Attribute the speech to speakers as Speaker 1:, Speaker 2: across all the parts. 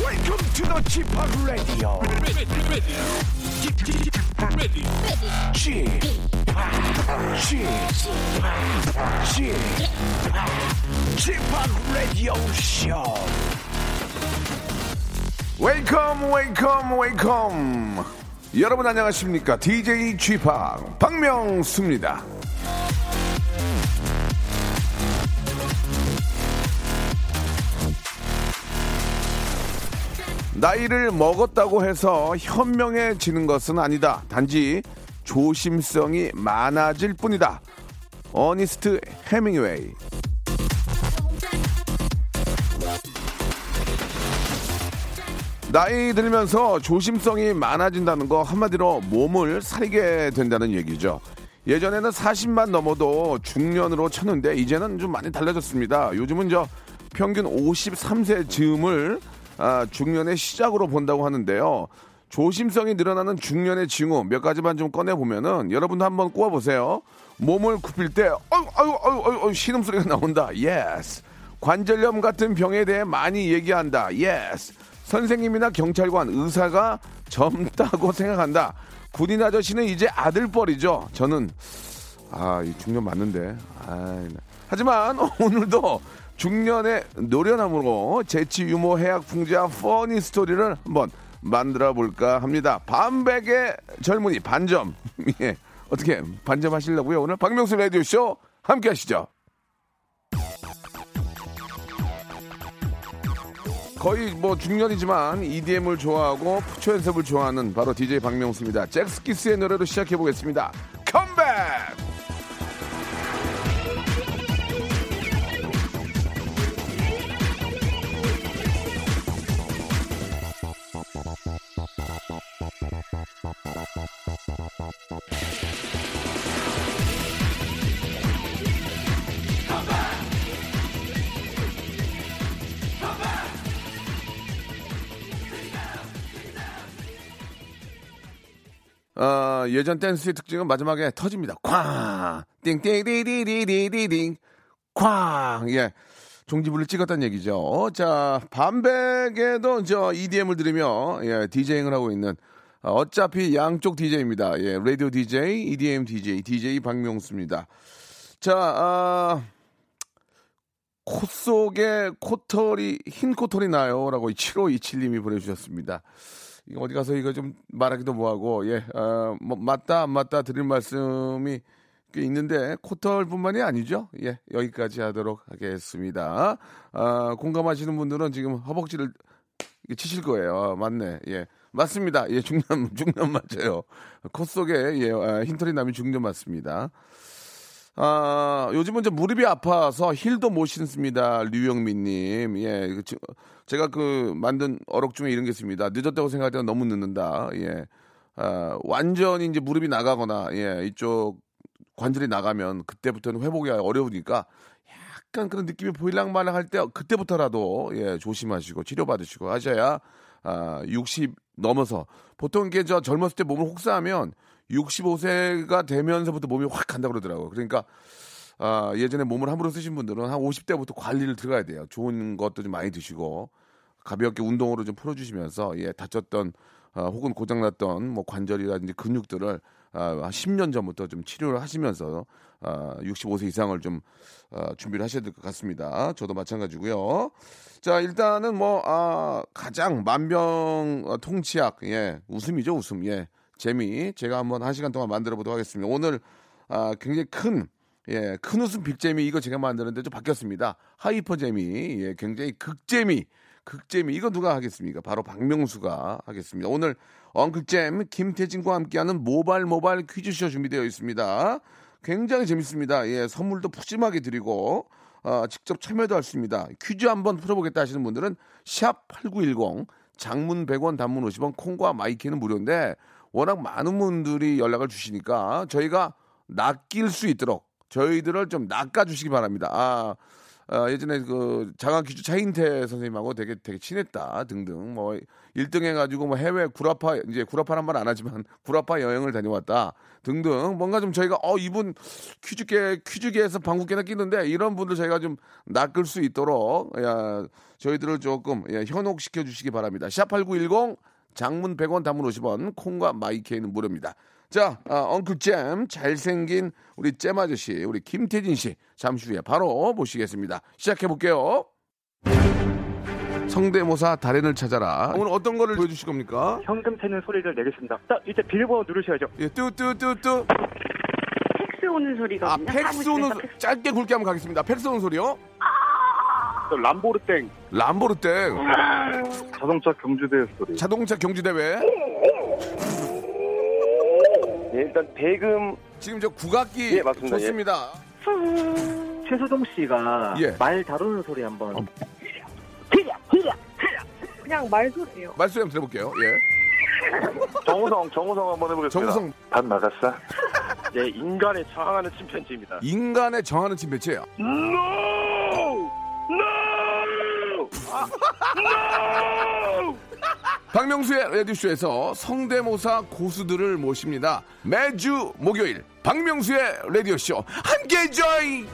Speaker 1: Welcome to the g p o p Radio. g p o p g p o p Radio Show.
Speaker 2: 웨이컴 웨이컴 웨이컴 여러분 안녕하십니까 DJ g p o 박명수입니다 나이를 먹었다고 해서 현명해지는 것은 아니다 단지 조심성이 많아질 뿐이다 어니스트 해밍웨이 나이 들면서 조심성이 많아진다는 거 한마디로 몸을 살게 된다는 얘기죠. 예전에는 40만 넘어도 중년으로 쳤는데 이제는 좀 많이 달라졌습니다. 요즘은 저 평균 53세 즈음을 아, 중년의 시작으로 본다고 하는데요. 조심성이 늘어나는 중년의 징후 몇 가지만 좀 꺼내 보면은 여러분도 한번 꼬아 보세요. 몸을 굽힐 때 아유 아유 아유 아유, 아유 신음소리가 나온다. 예스. 관절염 같은 병에 대해 많이 얘기한다. 예스. 선생님이나 경찰관, 의사가 젊다고 생각한다. 군인 아저씨는 이제 아들뻘이죠. 저는 아, 이 중년 맞는데. 아, 하지만 오늘도 중년의 노련함으로 재치 유머 해학 풍자 퍼니 스토리를 한번 만들어 볼까 합니다. 반백의 젊은이 반점. 예. 어떻게 반점 하시려고요? 오늘 박명수 라디오 쇼 함께 하시죠. 거의 뭐 중년이지만 EDM을 좋아하고 푸처 연습을 좋아하는 바로 DJ 박명수입니다. 잭스키스의 노래로 시작해 보겠습니다. 컴백! 어, 예전 댄스의 특징은 마지막에 터집니다. 쾅! 띵띵디디디디디딩! 쾅! 예. 종지부를 찍었다는 얘기죠. 어, 자, 반백에도 저 EDM을 들으며, 예, DJing을 하고 있는, 어, 어차피 양쪽 DJ입니다. 예, 라디오 DJ, EDM DJ, DJ 박명수입니다. 자, 아, 콧 속에 코털이, 흰 코털이 나요. 라고 7527님이 보내주셨습니다. 이거 어디 가서 이거 좀 말하기도 뭐하고 예, 아, 뭐 맞다 안 맞다 드릴 말씀이 꽤 있는데 코털뿐만이 아니죠. 예, 여기까지 하도록 하겠습니다. 아, 공감하시는 분들은 지금 허벅지를 이렇게 치실 거예요. 아, 맞네. 예. 맞습니다. 예, 중년, 중년 맞아요. 콧 속에, 예, 아, 흰털이 나면 중년 맞습니다. 아, 요즘은 이제 무릎이 아파서 힐도 못 신습니다. 류영민님. 예. 이거 지- 제가 그 만든 어록 중에 이런 게 있습니다. 늦었다고 생각할 때는 너무 늦는다. 예. 아, 완전히 이제 무릎이 나가거나, 예. 이쪽 관절이 나가면 그때부터는 회복이 어려우니까 약간 그런 느낌이 보일랑 말랑 할 때 그때부터라도 예, 조심하시고 치료받으시고 하셔야 아, 60 넘어서 보통 이게 저 젊었을 때 몸을 혹사하면 65세가 되면서부터 몸이 확 간다 그러더라고요. 그러니까 아, 예전에 몸을 함부로 쓰신 분들은 한 50대부터 관리를 들어가야 돼요. 좋은 것도 좀 많이 드시고 가볍게 운동으로 좀 풀어주시면서 예, 다쳤던 아, 혹은 고장났던 뭐 관절이라든지 근육들을 아, 한 10년 전부터 좀 치료를 하시면서 아, 65세 이상을 좀 아, 준비를 하셔야 될 것 같습니다. 저도 마찬가지고요. 자 일단은 뭐 아, 가장 어, 만병통치약 예 웃음이죠 웃음 예 재미 제가 한번 한 시간 동안 만들어 보도록 하겠습니다. 오늘 아, 굉장히 큰 예, 큰 웃음 빅재미 이거 제가 만드는데 좀 바뀌었습니다. 하이퍼 재미, 예, 굉장히 극재미, 극재미 이거 누가 하겠습니까? 바로 박명수가 하겠습니다. 오늘 엉클잼 김태진과 함께하는 모발 모발 퀴즈쇼 준비되어 있습니다. 굉장히 재밌습니다. 예, 선물도 푸짐하게 드리고 아, 직접 참여도 할 수 있습니다. 퀴즈 한번 풀어보겠다 하시는 분들은 샵 8910 장문 100원 단문 50원 콩과 마이키는 무료인데 워낙 많은 분들이 연락을 주시니까 저희가 낚일 수 있도록 저희들을 좀 낚아주시기 바랍니다. 아, 아, 예전에 그 장학기주 차인태 선생님하고 되게 되게 친했다 등등 뭐 1등 해가지고 뭐 해외 구라파 이제 구라파란 말 안 하지만 구라파 여행을 다녀왔다 등등 뭔가 좀 저희가 어 이분 퀴즈계 퀴즈계에서 방국계나 끼는데 이런 분들 저희가 좀 낚을 수 있도록 야, 저희들을 조금 예, 현혹시켜 주시기 바랍니다. 샵8910 장문 100원 담문 50원 콩과 마이케이는 무료입니다. 자, 아, 엉클 잼 잘생긴 우리 잼 아저씨 우리 김태진 씨 잠시 후에 바로 모시겠습니다. 시작해 볼게요. 성대모사 달인을 찾아라. 오늘 어떤 거를 보여주실 겁니까?
Speaker 3: 현금 채는 소리를 내겠습니다. 딱 이제 빌보드 누르셔야죠.
Speaker 2: 예, 뚜뚜뚜뚜.
Speaker 4: 팩스 오는 소리가
Speaker 5: 음,
Speaker 2: 아, 팩스
Speaker 5: 뭐
Speaker 2: 오는 소- 짧게 굵게 한번 가겠습니다. 팩스 오는 소리요?
Speaker 6: 또 람보르땡
Speaker 2: 람보르땡.
Speaker 6: 자동차 경주대회 소리.
Speaker 2: 자동차 경주대회.
Speaker 7: 예, 일단 배금
Speaker 2: 지금 저 국악기
Speaker 7: 예, 맞습니다.
Speaker 2: 좋습니다.
Speaker 3: 최수종 씨가
Speaker 2: 예. 어.
Speaker 3: 말 다루는 소리 한번.
Speaker 4: 그냥 말소리예요.
Speaker 2: 말소리 한번 들어볼게요. 예.
Speaker 6: 정우성 정우성 한번 해보겠습니다.
Speaker 2: 정우성
Speaker 6: 밥 나갔어? 예, 인간의 저항하는 침팬지입니다.
Speaker 2: 인간의 정하는 침 매체야.
Speaker 6: 아,
Speaker 2: 박명수의 라디오쇼에서 성대모사 고수들을 모십니다. 매주 목요일 박명수의 라디오쇼 함께 join.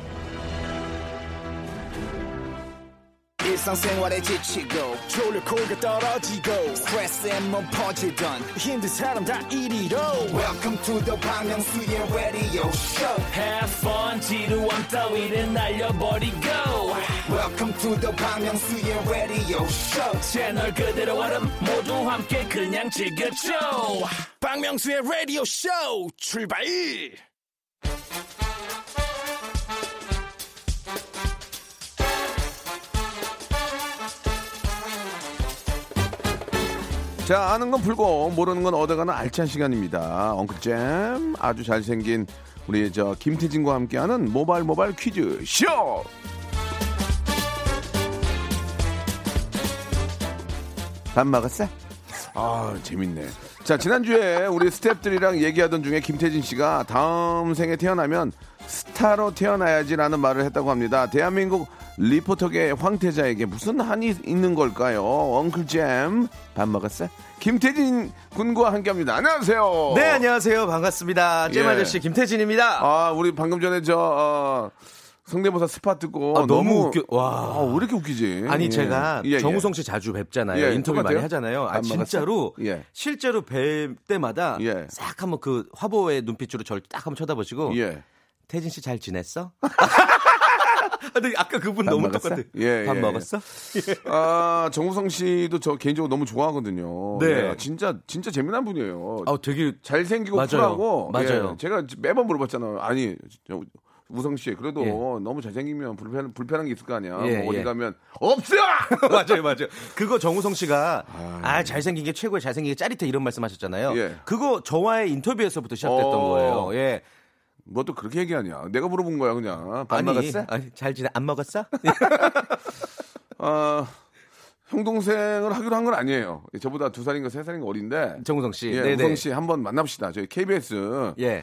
Speaker 8: 일상생활에 지치고, 졸려 코가 떨어지고, 스트레스에 몸 퍼지던, 힘든 사람 다 이리로. welcome to the Bang Myung-soo's radio show
Speaker 9: Have fun 지루함 따위를 날려버리고
Speaker 8: welcome to the Bang Myung-soo's radio show
Speaker 9: 채널 그대로 얼음 모두 함께 그냥 즐겨줘
Speaker 8: 박명수의 radio show E. 출발
Speaker 2: 자, 아는 건 풀고 모르는 건 얻어가는 알찬 시간입니다. 엉클잼 아주 잘생긴 우리 저 김태진과 함께하는 모발 모발 퀴즈 쇼. 밥 먹었어? 아 재밌네. 자 지난주에 우리 스탭들이랑 얘기하던 중에 김태진 씨가 다음 생에 태어나면 스타로 태어나야지라는 말을 했다고 합니다. 대한민국 리포터계 황태자에게 무슨 한이 있는 걸까요? 엉클잼 밥 먹었어? 김태진 군과 함께합니다. 안녕하세요.
Speaker 10: 네, 안녕하세요. 반갑습니다.
Speaker 2: 예.
Speaker 10: 잼 아저씨 김태진입니다.
Speaker 2: 아 우리 방금 전에 저 어, 성대모사 스팟 듣고
Speaker 10: 아, 너무 웃겨- 와.
Speaker 2: 아, 왜 이렇게 웃기지?
Speaker 10: 아니
Speaker 2: 예.
Speaker 10: 제가
Speaker 2: 예, 예.
Speaker 10: 정우성 씨 자주 뵙잖아요.
Speaker 2: 예,
Speaker 10: 인터뷰
Speaker 2: 똑같아요?
Speaker 10: 많이 하잖아요. 아
Speaker 2: 안 막았어?
Speaker 10: 진짜로
Speaker 2: 예.
Speaker 10: 실제로 뵐 때마다
Speaker 2: 예.
Speaker 10: 싹 한번 그 화보의 눈빛으로 저를 딱 한번 쳐다보시고
Speaker 2: 예.
Speaker 10: 태진 씨 잘 지냈어? 아, 근데 아까 그분
Speaker 2: 밥
Speaker 10: 너무
Speaker 2: 먹었어?
Speaker 10: 똑같아.
Speaker 2: 예,
Speaker 10: 밥
Speaker 2: 예,
Speaker 10: 먹었어?
Speaker 2: 아, 정우성 씨도 저 개인적으로 너무 좋아하거든요.
Speaker 10: 네.
Speaker 2: 예, 진짜 진짜 재미난 분이에요.
Speaker 10: 아, 되게
Speaker 2: 잘생기고
Speaker 10: 맞아요.
Speaker 2: 쿨하고
Speaker 10: 맞아요.
Speaker 2: 예, 제가 매번 물어봤잖아요. 아니, 저 우성 씨 그래도
Speaker 10: 예.
Speaker 2: 너무 잘생기면 불편 불편한 게 있을 거 아니야.
Speaker 10: 예,
Speaker 2: 뭐 어디
Speaker 10: 예.
Speaker 2: 가면 없어.
Speaker 10: 맞아요, 맞아요. 그거 정우성 씨가 아 잘생긴 게 최고야, 잘생긴 게 짜릿해 이런 말씀하셨잖아요.
Speaker 2: 예.
Speaker 10: 그거 저와의 인터뷰에서부터 시작됐던
Speaker 2: 어.
Speaker 10: 거예요. 예,
Speaker 2: 뭐 또 그렇게 얘기하냐? 내가 물어본 거야 그냥. 밥
Speaker 10: 아니,
Speaker 2: 먹었어?
Speaker 10: 아니, 잘 지내? 안 먹었어?
Speaker 2: 아, 형 동생을 하기로 한 건 아니에요. 저보다 두 살인가 세 살인가 어린데.
Speaker 10: 정우성 씨.
Speaker 2: 예,
Speaker 10: 네네.
Speaker 2: 우성 씨 한번 만납시다. 저희 KBS
Speaker 10: 예.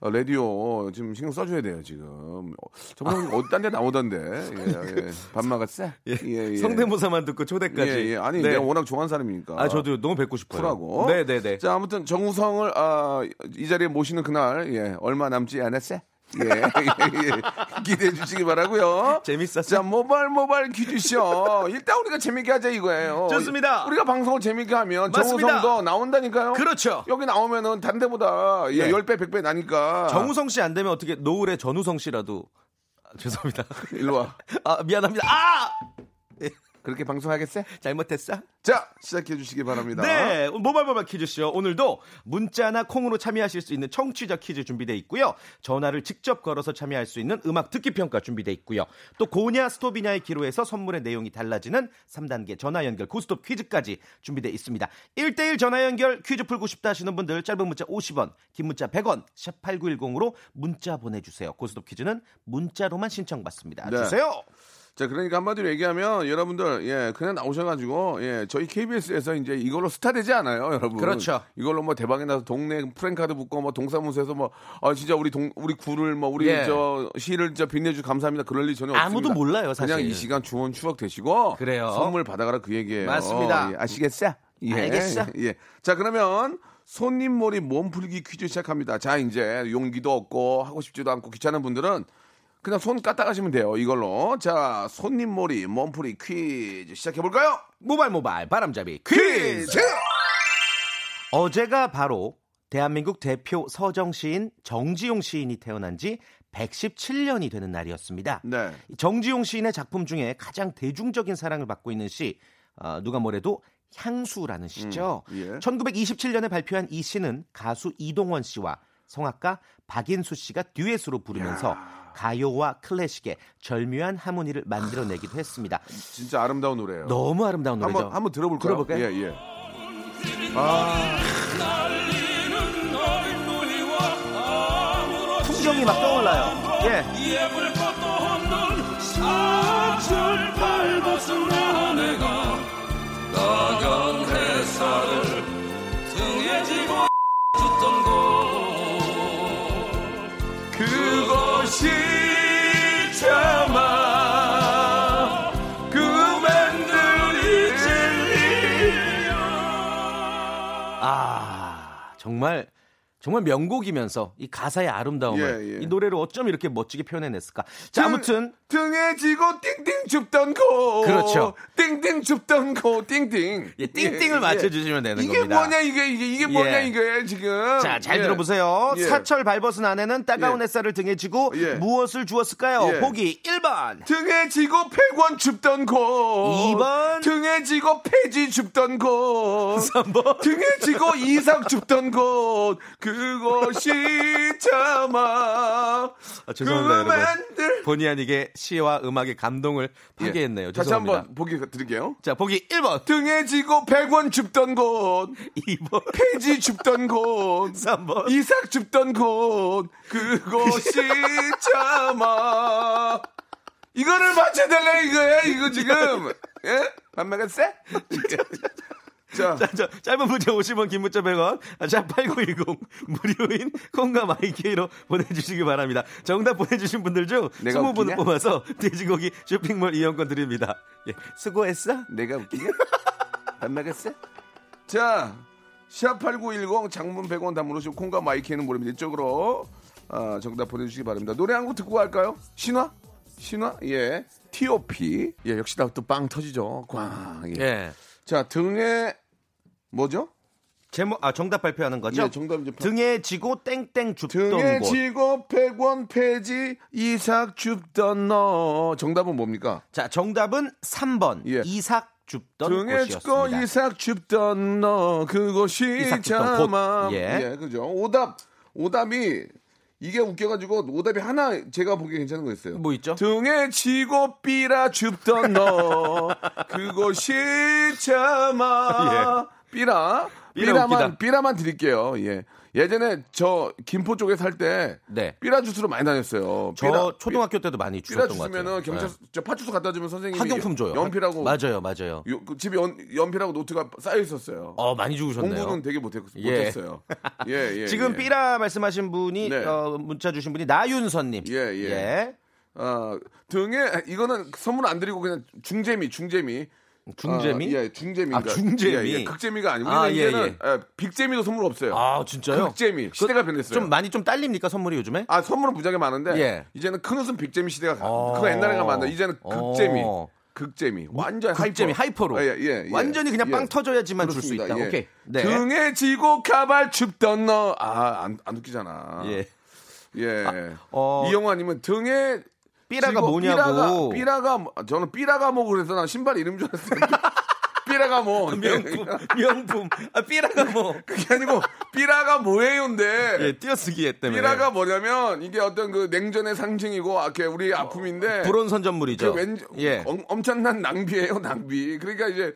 Speaker 2: 어, 라디오 지금 신경 써줘야 돼요 지금. 저번에 어디 딴데 나오던데. 예, 예. 밥 먹었어?
Speaker 10: 아. 예.
Speaker 2: 예, 예.
Speaker 10: 성대모사만 듣고 초대까지.
Speaker 2: 예, 예. 아니
Speaker 10: 네.
Speaker 2: 내가 워낙 좋아하는 사람이니까.
Speaker 10: 아 저도 너무 뵙고 싶어요.
Speaker 2: 쿨하고.
Speaker 10: 네네네.
Speaker 2: 자 아무튼 정우성을 아, 이 자리에 모시는 그날 예, 얼마 남지 않았어? 예, 예, 예. 기대해 주시기 바라고요.
Speaker 10: 재밌었어?
Speaker 2: 자 모발 모발 퀴즈쇼. 일단 우리가 재밌게 하자 이거예요.
Speaker 10: 좋습니다.
Speaker 2: 우리가 방송을 재밌게 하면
Speaker 10: 맞습니다.
Speaker 2: 정우성도 나온다니까요.
Speaker 10: 그렇죠.
Speaker 2: 여기 나오면은 단 데보다 예,
Speaker 10: 네.
Speaker 2: 10배 100배 나니까.
Speaker 10: 정우성 씨 안 되면 어떻게 노을의 전우성 씨라도 아, 죄송합니다.
Speaker 2: 일로 와.
Speaker 10: 아 미안합니다. 아
Speaker 2: 그렇게 방송하겠어?
Speaker 10: 잘못했어?
Speaker 2: 자, 시작해 주시기 바랍니다.
Speaker 10: 네, 모발모발 퀴즈쇼. 오늘도 문자나 콩으로 참여하실 수 있는 청취자 퀴즈 준비되어 있고요. 전화를 직접 걸어서 참여할 수 있는 음악 듣기 평가 준비되어 있고요. 또 고냐, 스톱이냐의 기로에서 선물의 내용이 달라지는 3단계 전화 연결 고스톱 퀴즈까지 준비되어 있습니다. 1대1 전화 연결 퀴즈 풀고 싶다 하시는 분들 짧은 문자 50원, 긴 문자 100원, 샵 8910으로 문자 보내주세요. 고스톱 퀴즈는 문자로만 신청받습니다.
Speaker 2: 네.
Speaker 10: 주세요.
Speaker 2: 자, 그러니까 한마디로 얘기하면 여러분들 예, 그냥 나오셔가지고 예, 저희 KBS에서 이제 이걸로 스타 되지 않아요, 여러분.
Speaker 10: 그렇죠.
Speaker 2: 이걸로 뭐 대박이 나서 동네 프랭카드 붙고 뭐 동사무소에서 뭐아 진짜 우리 동 우리 구를 뭐 우리
Speaker 10: 예.
Speaker 2: 저 시를 저 빛내주 감사합니다 그럴 일 전혀 없습니다.
Speaker 10: 아무도 몰라요, 사실.
Speaker 2: 그냥 이 시간 주원 추억 되시고
Speaker 10: 그래요.
Speaker 2: 선물 받아가라 그 얘기예요.
Speaker 10: 맞습니다.
Speaker 2: 예, 아시겠어? 예.
Speaker 10: 알겠어.
Speaker 2: 예. 자 그러면 손님몰이 몸풀기 퀴즈 시작합니다. 자 이제 용기도 없고 하고 싶지도 않고 귀찮은 분들은 그냥 손 까딱 하시면 돼요. 이걸로 자 손님몰이 몸풀이 퀴즈 시작해 볼까요?
Speaker 10: 모발 모발 바람잡이 퀴즈. 어제가 바로 대한민국 대표 서정 시인 정지용 시인이 태어난 지 117년이 되는 날이었습니다.
Speaker 2: 네.
Speaker 10: 정지용 시인의 작품 중에 가장 대중적인 사랑을 받고 있는 시 어, 누가 뭐래도 향수라는 시죠.
Speaker 2: 음, 예.
Speaker 10: 1927년에 발표한 이 시는 가수 이동원 씨와 성악가 박인수 씨가 듀엣으로 부르면서 가요와 클래식의 절묘한 하모니를 만들어내기도 했습니다.
Speaker 2: 진짜 아름다운 노래예요.
Speaker 10: 너무 아름다운 노래죠.
Speaker 2: 한번 한번 들어볼까요?
Speaker 10: 들어볼까요?
Speaker 2: 예 예.
Speaker 10: 풍경이 막 떠올라요. 예.
Speaker 1: 그것이 참아 그맨들이 진리야
Speaker 10: 아 정말 정말 명곡이면서 이 가사의 아름다움을
Speaker 2: 예, 예.
Speaker 10: 이 노래로 어쩜 이렇게 멋지게 표현해냈을까? 자 아무튼
Speaker 2: 등에 지고 띵띵 춥던 거
Speaker 10: 그렇죠.
Speaker 2: 띵띵 춥던 거 띵띵
Speaker 10: 예, 띵띵을
Speaker 2: 예,
Speaker 10: 맞춰주시면
Speaker 2: 예.
Speaker 10: 되는
Speaker 2: 이게
Speaker 10: 겁니다.
Speaker 2: 뭐냐 이게 이게 이게 뭐냐
Speaker 10: 예.
Speaker 2: 이게 지금
Speaker 10: 자, 잘
Speaker 2: 예.
Speaker 10: 들어보세요.
Speaker 2: 예.
Speaker 10: 사철 발벗은 아내는 따가운
Speaker 2: 예.
Speaker 10: 햇살을 등에 지고
Speaker 2: 예.
Speaker 10: 무엇을 주었을까요?
Speaker 2: 예.
Speaker 10: 보기 1번.
Speaker 2: 등에 지고 폐관 춥던 거
Speaker 10: 이번.
Speaker 2: 등에 지고 폐지 춥던 거
Speaker 10: 3번.
Speaker 2: 등에 지고 이상 춥던 것 그것이 참아
Speaker 10: 아, 죄송합니다,
Speaker 2: 그
Speaker 10: 여러분.
Speaker 2: 만들-
Speaker 10: 본의 아니게 시와 음악의 감동을 파괴했네요.
Speaker 2: 예. 다시
Speaker 10: 죄송합니다.
Speaker 2: 한번 보기 드릴게요
Speaker 10: 자, 보기 1번,
Speaker 2: 등에 지고 백원 춥던 것
Speaker 10: 2번,
Speaker 2: 폐지 줍던 곳,
Speaker 10: 3번.
Speaker 2: 이삭 줍던 곳, 그곳이 참아. 이거를 맞춰달라 이거야, 이거 지금. 예? 반말했어? 자,
Speaker 10: 아. 자, 자, 짧은 문자 50원, 긴 문자 100원, 아, 자, 8910, 무료인 콩과 마이케이로 보내주시기 바랍니다. 정답 보내주신 분들 중
Speaker 2: 내가
Speaker 10: 20분
Speaker 2: 웃기냐?
Speaker 10: 뽑아서 돼지고기 쇼핑몰 이용권 드립니다. 예, 수고했어?
Speaker 2: 내가 웃기냐? 반말했어? 자, 샵8910 장문 100원 담으로시고 콩과 마이키는 모릅니다. 이쪽으로 아, 정답 보내주시기 바랍니다. 노래 한 곡 듣고 갈까요? 신화? 신화? 예. T.O.P. 예, 역시나 또 빵 터지죠. 꽝. 예.
Speaker 10: 예.
Speaker 2: 자 등에 뭐죠?
Speaker 10: 제목, 아, 정답 발표하는 거죠?
Speaker 2: 예, 정답 이제 파-
Speaker 10: 등에 지고 땡땡 줍던
Speaker 2: 등에
Speaker 10: 곳.
Speaker 2: 지고 백원 폐지 이삭 줍던 너 정답은 뭡니까?
Speaker 10: 자, 정답은 3번.
Speaker 2: 예.
Speaker 10: 이삭 줍던
Speaker 2: 등에 지고
Speaker 10: 곳이었습니다.
Speaker 2: 이삭 줍던 너 그것이
Speaker 10: 이삭 줍던 곳.
Speaker 2: 참아
Speaker 10: 예.
Speaker 2: 예. 그죠 오답 오답이 이게 웃겨가지고 오답이 하나 제가 보기 에 괜찮은 거 있어요
Speaker 10: 뭐 있죠?
Speaker 2: 등에 지고 삐라 줍던 너 그것이 참아 삐라
Speaker 10: 예. 삐라 웃기다.
Speaker 2: 삐라만 삐라만 드릴게요 예 예전에 저 김포 쪽에 살 때
Speaker 10: 네.
Speaker 2: 삐라 주스로 많이 다녔어요
Speaker 10: 저 초등학교 때도 많이
Speaker 2: 삐라
Speaker 10: 주셨던 것 같아요.
Speaker 2: 주스면은 경찰 저 파출소 갖다 주면
Speaker 10: 예.
Speaker 2: 선생님이
Speaker 10: 학용품 줘요.
Speaker 2: 연필하고
Speaker 10: 맞아요, 맞아요.
Speaker 2: 요- 그 집에 연, 연필하고 노트가 쌓여 있었어요
Speaker 10: 어, 많이 주셨네요.
Speaker 2: 공부는 되게 못했,
Speaker 10: 예.
Speaker 2: 못했어요 예, 예,
Speaker 10: 지금
Speaker 2: 예.
Speaker 10: 삐라 말씀하신 분이
Speaker 2: 네.
Speaker 10: 어, 문자 주신 분이 나윤선님.
Speaker 2: 예, 예. 아, 등에 이거는 선물 안 드리고 그냥 중재미 중재미
Speaker 10: 중재미?
Speaker 2: 아, 예, 중재미.
Speaker 10: 아, 중재미.
Speaker 2: 예, 예. 극재미가 아니고
Speaker 10: 아,
Speaker 2: 우리는
Speaker 10: 예,
Speaker 2: 이제는 예, 빅재미도 선물 없어요.
Speaker 10: 아, 진짜요?
Speaker 2: 극재미. 시대가 변했어요.
Speaker 10: 좀 많이 좀 딸립니까 선물이 요즘에?
Speaker 2: 아, 선물은 무지하게 많은데
Speaker 10: 예.
Speaker 2: 이제는 큰 웃음 빅재미 시대가 가-
Speaker 10: 어.
Speaker 2: 그거 옛날에 가면 안 돼. 이제는
Speaker 10: 어.
Speaker 2: 극재미. 극재미. 완전
Speaker 10: 극재미
Speaker 2: 하이퍼.
Speaker 10: 하이퍼로.
Speaker 2: 아, 예, 예, 예.
Speaker 10: 완전히 그냥 빵
Speaker 2: 예.
Speaker 10: 터져야지만 줄 수
Speaker 2: 그렇습니다.
Speaker 10: 있다.
Speaker 2: 예.
Speaker 10: 오케이. 네.
Speaker 2: 등에 지고 가발 춥던 너. 아, 안, 안 웃기잖아.
Speaker 10: 예.
Speaker 2: 예.
Speaker 10: 어.
Speaker 2: 이영화님은 등에
Speaker 10: 삐라가
Speaker 2: 지고 삐라가,
Speaker 10: 뭐냐고.
Speaker 2: 삐라가 뭐- 저는 삐라가 뭐 그래서 난 신발 이름 줄 알았어요. 삐라가
Speaker 10: 아,
Speaker 2: 뭐
Speaker 10: 명품, 명품. 아, 삐라가 뭐.
Speaker 2: 그게 아니고 삐라가 뭐예요인데.
Speaker 10: 예, 네. 띄어쓰기에 때문에.
Speaker 2: 삐라가 뭐냐면 이게 어떤 그 냉전의 상징이고 아게 우리 아픔인데
Speaker 10: 불온선 전물이죠.
Speaker 2: 그 왠
Speaker 10: 어, 예.
Speaker 2: 엄, 엄청난 낭비예요 낭비 그러니까 이제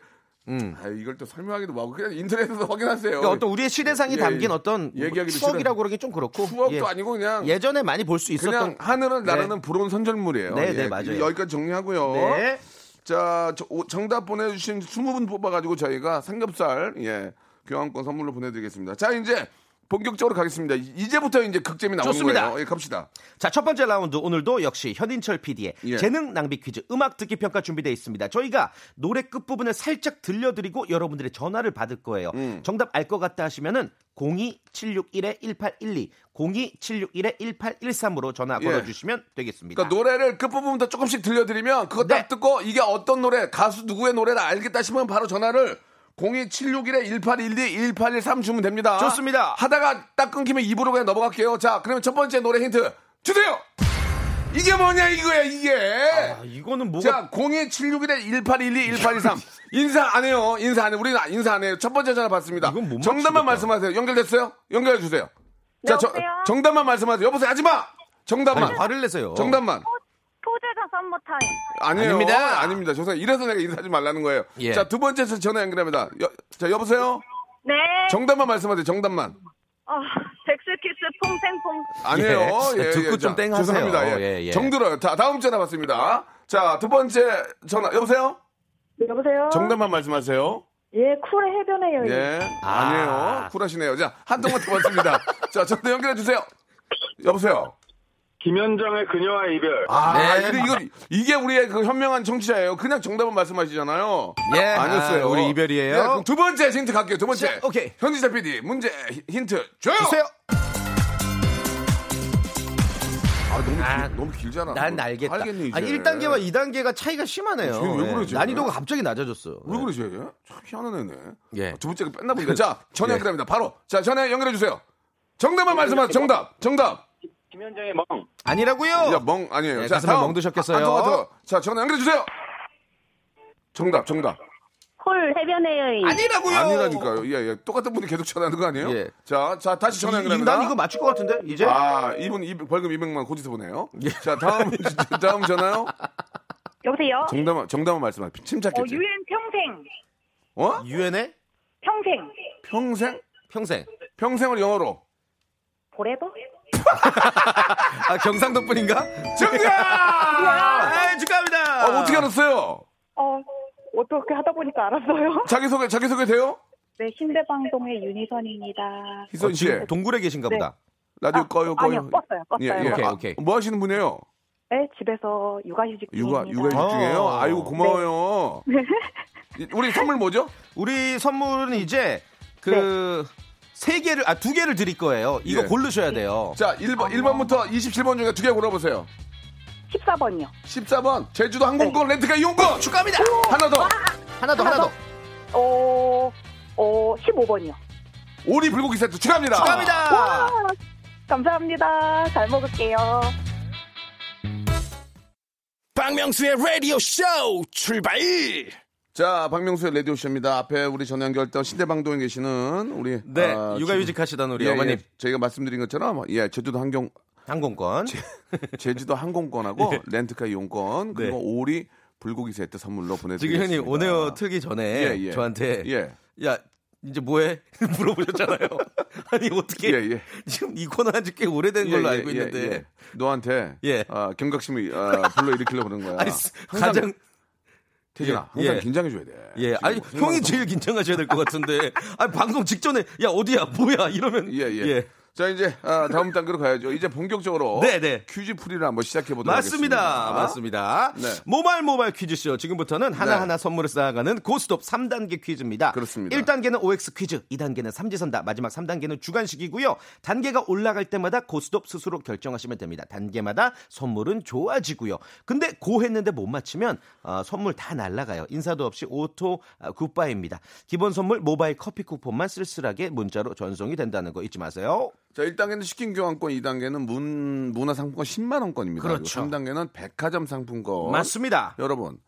Speaker 10: 음.
Speaker 2: 아, 이걸 또 설명하기도 뭐하고 그냥 인터넷에서 확인하세요.
Speaker 10: 그러니까 어떤 우리의 시대상이
Speaker 2: 예,
Speaker 10: 담긴
Speaker 2: 예.
Speaker 10: 어떤 뭐
Speaker 2: 얘기하기도 싫은-
Speaker 10: 추억이라고 그러긴 좀 그렇고
Speaker 2: 추억도
Speaker 10: 예.
Speaker 2: 아니고 그냥
Speaker 10: 예전에 많이 볼 수
Speaker 2: 그냥
Speaker 10: 있었던
Speaker 2: 하늘은
Speaker 10: 네.
Speaker 2: 나라는 부러운 선전물이에요.
Speaker 10: 네, 네, 맞아요.
Speaker 2: 여기까지 정리하고요.
Speaker 10: 네.
Speaker 2: 자, 저- 오- 정답 보내주신 20분 뽑아가지고 저희가 삼겹살, 예, 교환권 선물로 보내드리겠습니다. 자, 이제 본격적으로 가겠습니다. 이- 이제부터 이제 극잼이 나오는
Speaker 10: 좋습니다.
Speaker 2: 거예요. 예, 갑시다.
Speaker 10: 자, 첫 번째 라운드 오늘도 역시 현인철 PD의
Speaker 2: 예.
Speaker 10: 재능 낭비 퀴즈 음악 듣기 평가 준비되어 있습니다. 저희가 노래 끝부분을 살짝 들려드리고 여러분들의 전화를 받을 거예요.
Speaker 2: 음.
Speaker 10: 정답 알 것 같다 하시면은 02761-1812, 02761-1813으로 전화
Speaker 2: 예.
Speaker 10: 걸어주시면 되겠습니다.
Speaker 2: 그러니까 노래를 끝부분부터 조금씩 들려드리면 그거 딱
Speaker 10: 네.
Speaker 2: 듣고 이게 어떤 노래, 가수 누구의 노래를 알겠다 싶으면 바로 전화를 02761-1812-1813 주면 됩니다.
Speaker 10: 좋습니다.
Speaker 2: 하다가 딱 끊기면 입으로 그냥 넘어갈게요. 자, 그러면 첫 번째 노래 힌트 주세요! 이게 뭐냐, 이거야, 이게!
Speaker 10: 아, 이거는 뭐가
Speaker 2: 자, 0276일에 1812, 1823. 인사 안 해요. 인사 안 해요. 우리는 인사 안 해요. 첫 번째 전화 받습니다.
Speaker 10: 이건 못
Speaker 2: 정답만
Speaker 10: 맞추겠다.
Speaker 2: 말씀하세요. 연결됐어요? 연결해 주세요. 자, 저-
Speaker 5: 여보세요?
Speaker 2: 정답만 말씀하세요. 여보세요. 하지 마. 정답만.
Speaker 10: 아니, 화를 내세요.
Speaker 2: 정답만.
Speaker 5: 토제가 뭐 썸머타임.
Speaker 2: 아니에요.
Speaker 10: 아닙니다.
Speaker 2: 아닙니다. 죄송해요. 이래서 내가 인사하지 말라는 거예요.
Speaker 10: 예.
Speaker 2: 자, 두 번째 전화 연결합니다. 여, 자, 여보세요?
Speaker 5: 네.
Speaker 2: 정답만 말씀하세요. 정답만.
Speaker 5: 어, 덱스키스 퐁생퐁.
Speaker 2: 아니에요.
Speaker 10: 예. 듣고 좀
Speaker 2: 자,
Speaker 10: 땡하세요.
Speaker 2: 죄송합니다. 예.
Speaker 10: 예, 예.
Speaker 2: 정들어요. 자, 다음 전화 받습니다. 자, 두 번째 전화. 여보세요?
Speaker 4: 네, 여보세요?
Speaker 2: 정답만 말씀하세요.
Speaker 4: 예, 쿨의 해변의 여인.
Speaker 2: 예.
Speaker 10: 아.
Speaker 2: 아. 니에요 쿨하시네요. 자, 한동안 더 봤습니다. 자, 전화 연결해 주세요. 여보세요.
Speaker 6: 김현정의 그녀와의 이별.
Speaker 2: 아,
Speaker 10: 네.
Speaker 2: 이거, 이거- 이게 우리의 그 현명한 청취자예요. 그냥 정답은 말씀하시잖아요.
Speaker 10: 예.
Speaker 2: 아니었어요.
Speaker 10: 아, 우리
Speaker 2: 예,
Speaker 10: 이별이에요.
Speaker 2: 그럼 두 번째 힌트 갈게요. 두 번째.
Speaker 10: 자, 오케이.
Speaker 2: 현지자 PD 문제 히- 힌트 줘요.
Speaker 10: 주세요.
Speaker 2: 아, 너무, 길,
Speaker 10: 아,
Speaker 2: 너무 길잖아.
Speaker 10: 난 알겠다.
Speaker 2: 알겠네, 이제.
Speaker 10: 아니 1단계와 2단계가 차이가 심하네요.
Speaker 2: 쟤왜 그러지?
Speaker 10: 예. 난이도가 갑자기 낮아졌어요.
Speaker 2: 왜 그러지? 얘? 참 희한한 애네.
Speaker 10: 예.
Speaker 2: 아, 두 번째가 뺐나 보니까. 자, 전화 연결합니다. 바로. 자, 전화 연결해 주세요. 정답만 말씀하세요. 정답. 정답.
Speaker 6: 김현정의 멍.
Speaker 10: 예. 아니라고요.
Speaker 2: 야, 뭐- 멍 아니에요.
Speaker 10: 네,
Speaker 2: 자,
Speaker 10: 가슴에
Speaker 2: 다음.
Speaker 10: 멍 드셨겠어요.
Speaker 2: 아, 안 통화, 통화. 자, 전화 연결해 주세요. 정답, 정답.
Speaker 5: 콜 해변의 여인.
Speaker 10: 아니라고요. 어.
Speaker 2: 아니라니까요. 예, 예. 똑같은 분이 계속 전화하는 거 아니에요?
Speaker 10: 예.
Speaker 2: 자, 자, 다시 전화
Speaker 10: 이- 이-
Speaker 2: 연결합니다.
Speaker 10: 난 이거 맞출 것 같은데 이제.
Speaker 2: 아, 이분 200 벌금 200만 고지서 보내요.
Speaker 10: 예.
Speaker 2: 자, 다음 다음 전화요.
Speaker 5: 여보세요?
Speaker 2: 정답 정답만 말씀하세요.
Speaker 5: 어,
Speaker 2: 침착했지.
Speaker 5: 유엔 평생.
Speaker 2: 어?
Speaker 10: 유엔의
Speaker 5: 평생.
Speaker 2: 평생?
Speaker 10: 평생.
Speaker 2: 평생을 영어로.
Speaker 5: 보레버?
Speaker 10: 아 경상도 분인가?
Speaker 2: 정답!
Speaker 10: 아 축하합니다.
Speaker 2: 아, 어떻게 알았어요?
Speaker 4: 어, 어떻게 하다 보니까 알았어요.
Speaker 2: 자기 소개 자기 소개 돼요?
Speaker 4: 네, 신대방동의 윤희선입니다.
Speaker 2: 희선 씨.
Speaker 10: 어, 지금 동굴에 계신가
Speaker 2: 네.
Speaker 10: 보다.
Speaker 2: 라디오
Speaker 4: 아,
Speaker 2: 꺼요, 꺼요.
Speaker 4: 아니요, 껐어요, 껐어요.
Speaker 10: 오케이,
Speaker 2: 아,
Speaker 10: 오케이.
Speaker 2: 뭐 하시는 분이에요?
Speaker 4: 네, 집에서 육아휴직
Speaker 2: 육아,
Speaker 4: 중입니다.
Speaker 2: 육아
Speaker 10: 어.
Speaker 2: 중이에요? 아이고, 고마워요.
Speaker 4: 네.
Speaker 2: 이- 우리 선물 뭐죠?
Speaker 10: 우리 선물은 이제 그. 세 개를 아 두 개를 드릴 거예요. 이거
Speaker 2: 네. 예.
Speaker 10: 고르셔야 돼요.
Speaker 2: 자, 1번, 1번부터 27번 중에 두 개 골라보세요.
Speaker 4: 14번이요.
Speaker 2: 14번, 제주도 항공권 렌트카 이용권! 축하합니다! 하나 더!
Speaker 10: 하나 더 하나 더.
Speaker 4: 어, 어, 15번이요.
Speaker 2: 오리 불고기 세트 축하합니다!
Speaker 10: 축하합니다.
Speaker 4: 감사합니다. 잘 먹을게요.
Speaker 8: 박명수의 라디오 쇼 출발
Speaker 2: 자, 박명수의 라디오쇼입니다. 앞에 우리 전화 연결했던 신대방동에 계시는 우리.
Speaker 10: 네,
Speaker 2: 아,
Speaker 10: 육아휴직 하시던 우리
Speaker 2: 예,
Speaker 10: 어머님
Speaker 2: 예, 저희가 말씀드린 것처럼, 예, 제주도 항공,
Speaker 10: 항공권.
Speaker 2: 제주도
Speaker 10: 예.
Speaker 2: 항공권하고 렌트카 이용권, 그리고 오리 불고기 세트 선물로
Speaker 10: 네. 지금
Speaker 2: 보내드리겠습니다.
Speaker 10: 형님 오네요 틀기 전에
Speaker 2: 예, 예.
Speaker 10: 저한테
Speaker 2: 예.
Speaker 10: 야 이제 뭐해 물어보셨잖아요. 아니 어떻게
Speaker 2: 예, 예.
Speaker 10: 지금 이 코너 한지 꽤 오래된 걸로 알고 있는데
Speaker 2: 너한테
Speaker 10: 예.
Speaker 2: 아, 경각심을 아, 불러 일으키려고 그러는 거야.
Speaker 10: 아니
Speaker 2: 항상
Speaker 10: 가장
Speaker 2: 태진아
Speaker 10: 예,
Speaker 2: 항상
Speaker 10: 예.
Speaker 2: 긴장해 줘야 돼.
Speaker 10: 예 아니
Speaker 2: 지금 뭐
Speaker 10: 형이 제일 긴장하셔야 될 것 같은데 아니 방송 직전에 야 어디야 뭐야 이러면
Speaker 2: 예, 예. 자 이제 아, 다음 단계로 가야죠. 이제 본격적으로
Speaker 10: 네, 네.
Speaker 2: 퀴즈 풀이를 한번 시작해 보도록
Speaker 10: 맞습니다.
Speaker 2: 하겠습니다.
Speaker 10: 맞습니다.
Speaker 2: 네.
Speaker 10: 모발 모발 퀴즈쇼. 지금부터는 하나하나 선물을 쌓아가는 고스톱 3단계 퀴즈입니다.
Speaker 2: 그렇습니다.
Speaker 10: 1단계는 OX 퀴즈, 2단계는 삼지선다, 마지막 3단계는 주간식이고요. 단계가 올라갈 때마다 고스톱 스스로 결정하시면 됩니다. 단계마다 선물은 좋아지고요. 근데 고했는데 못 맞히면 어, 선물 다 날라가요. 인사도 없이 오토 아, 굿바이입니다. 기본 선물 모바일 커피 쿠폰만 쓸쓸하게 문자로 전송이 된다는 거 잊지 마세요.
Speaker 2: 자 1단계는 치킨 교환권, 2단계는 문 문화 상품권 10만 원권입니다.
Speaker 10: 그렇죠.
Speaker 2: 3단계는 백화점 상품권.
Speaker 10: 맞습니다.
Speaker 2: 여러분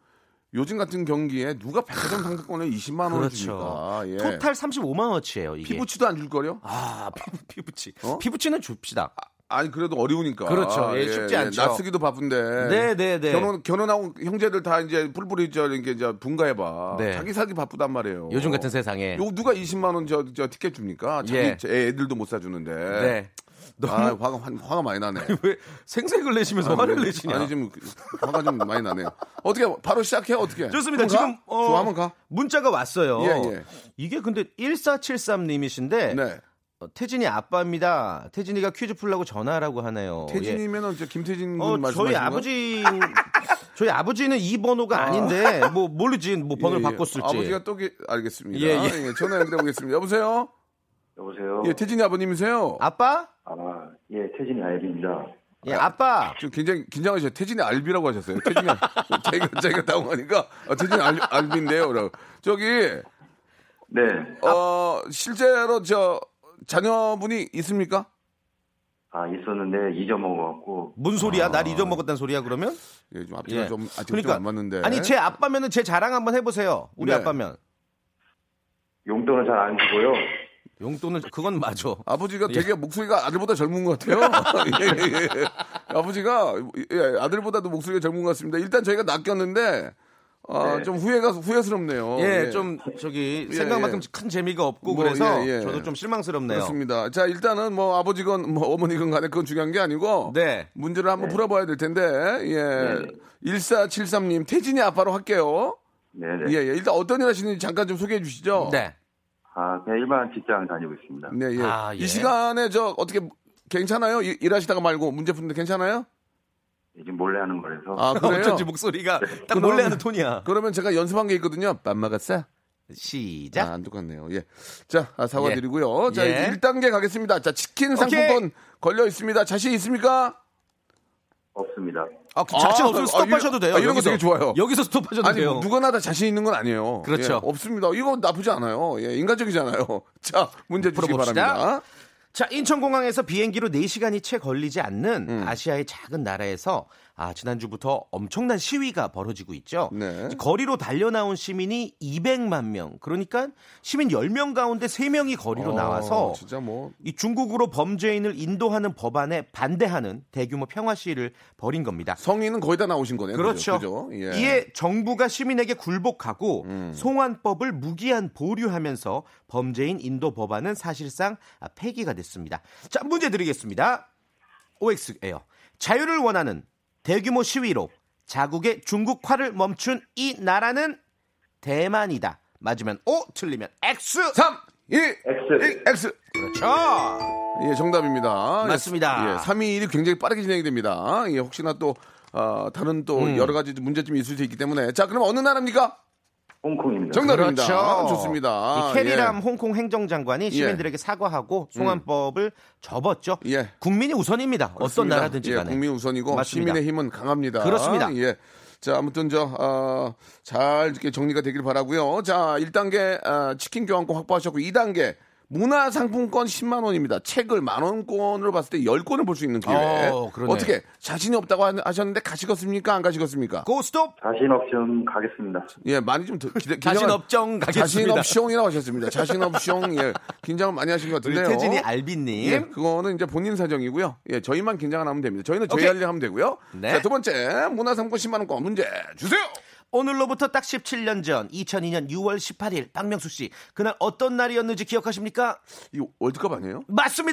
Speaker 2: 요즘 같은 경기에 누가 백화점 상품권을 20만 원을
Speaker 10: 그렇죠.
Speaker 2: 줍니까? 예.
Speaker 10: 토탈 35만 원치예요. 이게.
Speaker 2: 피부치도 안 줄 거요?
Speaker 10: 아 피부 피부치
Speaker 2: 어?
Speaker 10: 피부치는 줍시다
Speaker 2: 아니 그래도 어려우니까.
Speaker 10: 그렇죠. 예, 쉽지 않죠.
Speaker 2: 나쓰기도 바쁜데.
Speaker 10: 네, 네, 네.
Speaker 2: 결혼 결혼하고 형제들 다 이제 뿔뿔이 저 이렇게 이제 분가해봐.
Speaker 10: 네.
Speaker 2: 자기 살기 바쁘단 말이에요.
Speaker 10: 어. 요즘 같은 세상에.
Speaker 2: 요 누가 20만 원 저 저 티켓 줍니까? 자기
Speaker 10: 예.
Speaker 2: 제 애들도 못 사주는데.
Speaker 10: 네. 너무
Speaker 2: 아 화가 화- 화가 많이 나네.
Speaker 10: 왜 생색을 내시면서 화를 내시냐?
Speaker 2: 아니 좀 화가 좀 많이 나네요. 어떻게 바로 시작해 어떻게?
Speaker 10: 좋습니다.
Speaker 2: 한번 가?
Speaker 10: 지금 어,
Speaker 2: 좋아 한번 가.
Speaker 10: 문자가 왔어요.
Speaker 2: 예, 예.
Speaker 10: 이게 근데 1473님이신데 어,
Speaker 2: 네.
Speaker 10: 태진이 아빠입니다. 태진이가 퀴즈 풀라고 전화라고 하네요. 예.
Speaker 2: 태진이면은 저 김태진
Speaker 10: 어,
Speaker 2: 군 말씀하시는
Speaker 10: 저희 아버지 저희 아버지는 이 번호가 아닌데 뭐 모르지 뭐 번호를 바꿨을지.
Speaker 2: 예, 아버지가 또 기... 알겠습니다.
Speaker 10: 예,
Speaker 2: 예,
Speaker 10: 예.
Speaker 2: 전화 연결해 보겠습니다. 여보세요.
Speaker 7: 여보세요.
Speaker 2: 예, 태진이 아버님이세요.
Speaker 10: 아빠?
Speaker 7: 아, 예, 태진이 아이비입니다.
Speaker 10: 예, 아빠.
Speaker 2: 지금 굉장히 긴장하셨어요. 태진이 알비라고 하셨어요. 태진이 제가 제가 당황하니까 아, 태진이 알, 알비인데요. 라고. 저기
Speaker 7: 네,
Speaker 2: 어 실제로 저 자녀분이 있습니까?
Speaker 7: 아 있었는데 잊어먹어갖고
Speaker 10: 뭔 소리야? 날 잊어먹었다는 소리야 그러면?
Speaker 2: 예, 좀 앞뒤가
Speaker 10: 예.
Speaker 2: 좀 아직
Speaker 10: 그러니까,
Speaker 2: 좀안 맞는데.
Speaker 10: 아니 제 아빠면은 제 자랑 한번 해보세요. 우리
Speaker 2: 네.
Speaker 10: 아빠면
Speaker 7: 용돈을 잘 안 주고요.
Speaker 10: 용돈을 그건 맞아.
Speaker 2: 아버지가
Speaker 10: 예.
Speaker 2: 되게 목소리가 아들보다 젊은 것 같아요. 예, 예, 예. 아버지가 예, 아들보다도 목소리가 젊은 것 같습니다. 일단 저희가 낚였는데 아,
Speaker 7: 네.
Speaker 2: 좀 후회가 후회스럽네요.
Speaker 10: 예, 좀 저기
Speaker 2: 어, 예,
Speaker 10: 생각만큼
Speaker 2: 예.
Speaker 10: 큰 재미가 없고
Speaker 2: 뭐,
Speaker 10: 그래서
Speaker 2: 예, 예.
Speaker 10: 저도 좀 실망스럽네요.
Speaker 2: 그렇습니다. 자, 일단은 뭐 아버지건 뭐 어머니건 간에 그건 중요한 게 아니고
Speaker 10: 네.
Speaker 2: 문제를 한번 풀어봐야 될 텐데 예. 1473님 태진이 아빠로 할게요.
Speaker 7: 네네.
Speaker 2: 예, 예. 일단 어떤 일 하시는지 잠깐 좀 소개해 주시죠.
Speaker 10: 네.
Speaker 7: 아 그냥 일반 직장 다니고 있습니다.
Speaker 2: 네, 예.
Speaker 10: 아, 예.
Speaker 2: 이 시간에 저 어떻게 괜찮아요? 일- 일하시다가 말고 문제 푸는데 괜찮아요?
Speaker 7: 이제 몰래 하는 거라서.
Speaker 2: 아, 그래요?
Speaker 10: 어쩐지 뭐- 목소리가 딱
Speaker 2: 그럼-
Speaker 10: 몰래 하는 톤이야.
Speaker 2: 그러면 제가 연습한 게 있거든요. 맘 먹었어? 아,
Speaker 10: 시작.
Speaker 2: 안 똑같네요. 예. 자, 아, 사과드리고요.
Speaker 10: 예.
Speaker 2: 자,
Speaker 10: 예.
Speaker 2: 이제 1단계 가겠습니다. 자, 치킨 상품권 걸려 있습니다. 자신 있습니까?
Speaker 7: 없습니다.
Speaker 10: 아, 그 자칫
Speaker 2: 아,
Speaker 10: 없으면
Speaker 2: 아,
Speaker 10: 스톱하셔도
Speaker 2: 이런-
Speaker 10: 돼요.
Speaker 2: 아, 이런 거
Speaker 10: 여기서.
Speaker 2: 되게 좋아요.
Speaker 10: 여기서 스톱하셔도
Speaker 2: 아니,
Speaker 10: 돼요.
Speaker 2: 뭐 누구나 다 자신 있는 건 아니에요.
Speaker 10: 그렇죠.
Speaker 2: 예, 없습니다. 이거 나쁘지 않아요. 예, 인간적이잖아요. 자, 문제 주시기
Speaker 10: 풀어봅시다.
Speaker 2: 바랍니다.
Speaker 10: 자, 인천공항에서 비행기로 4시간이 채 걸리지 않는
Speaker 2: 음.
Speaker 10: 아시아의 작은 나라에서 아, 지난주부터 엄청난 시위가 벌어지고 있죠.
Speaker 2: 네.
Speaker 10: 거리로 달려나온 시민이 200만 명. 그러니까 시민 10명 가운데 3명이 거리로
Speaker 2: 어,
Speaker 10: 나와서
Speaker 2: 진짜 뭐
Speaker 10: 이 중국으로 범죄인을 인도하는 법안에 반대하는 대규모 평화 시위를 벌인 겁니다.
Speaker 2: 성인은 거의 다 나오신 거네요.
Speaker 10: 그렇죠.
Speaker 2: 그죠? 그죠? 예. 음.
Speaker 10: 이에 정부가 시민에게 굴복하고 송환법을 무기한 보류하면서 범죄인 인도 법안은 사실상 아, 폐기가 됐습니다. 자, 문제 드리겠습니다. OX예요. 자유를 원하는 대규모 시위로 자국의 중국화를 멈춘 이 나라는 대만이다. 맞으면 O, 틀리면 X.
Speaker 2: 3 2
Speaker 7: X.
Speaker 2: 1 X.
Speaker 10: 그렇죠.
Speaker 2: 예, 정답입니다. 예,
Speaker 10: 맞습니다.
Speaker 2: 예, 321이 굉장히 빠르게 진행이 됩니다. 예, 혹시나 또 어, 다른 또
Speaker 10: 음.
Speaker 2: 여러 가지 문제점이 있을 수 있기 때문에 자, 그럼 어느 나라입니까?
Speaker 7: 홍콩입니다.
Speaker 2: 정답입니다. 아, 좋습니다.
Speaker 10: 그렇죠. 이 캐리람
Speaker 2: 예. 음.
Speaker 10: 홍콩 행정장관이 시민들에게 사과하고 송환법을 접었죠.
Speaker 2: 예.
Speaker 10: 국민이 우선입니다. 어떤
Speaker 2: 그렇습니다.
Speaker 10: 나라든지
Speaker 2: 예,
Speaker 10: 간에.
Speaker 2: 국민 우선이고
Speaker 10: 맞습니다.
Speaker 2: 시민의 힘은 강합니다.
Speaker 10: 그렇습니다.
Speaker 2: 예. 자, 아무튼 저 어, 잘 이렇게 정리가 되길 바라고요. 자, 1단계 아, 치킨 교환권 확보하셨고 2단계 문화 상품권 10만 원입니다. 책을 만 원권으로 봤을 때 10권을 볼 수 있는 기회.
Speaker 10: 어, 그러네.
Speaker 2: 어떻게 자신이 없다고 하- 하셨는데 가시겠습니까? 안 가시겠습니까?
Speaker 10: 고스톱
Speaker 7: 자신 없음 가겠습니다.
Speaker 2: 예, 많이 좀 더, 기대,
Speaker 10: 자신
Speaker 2: 긴장을-
Speaker 10: 업정 가겠습니다.
Speaker 2: 자신 업숑이라고 하셨습니다. 자신 업숑 예, 긴장을 많이 하신 것
Speaker 10: 우리
Speaker 2: 같은데요.
Speaker 10: 태진이 알비님.
Speaker 2: 예, 그거는 이제 본인 사정이고요. 예, 저희만 긴장 안 하면 됩니다. 저희는 저희
Speaker 10: 오케이.
Speaker 2: 할 일 하면 되고요.
Speaker 10: 네.
Speaker 2: 자, 두 번째 문화상품 10만 원권 문제 주세요.
Speaker 10: 오늘로부터 딱 17년 전 2002년 6월 18일 박명수 씨 그날 어떤 날이었는지 기억하십니까?
Speaker 2: 이 월드컵 아니에요?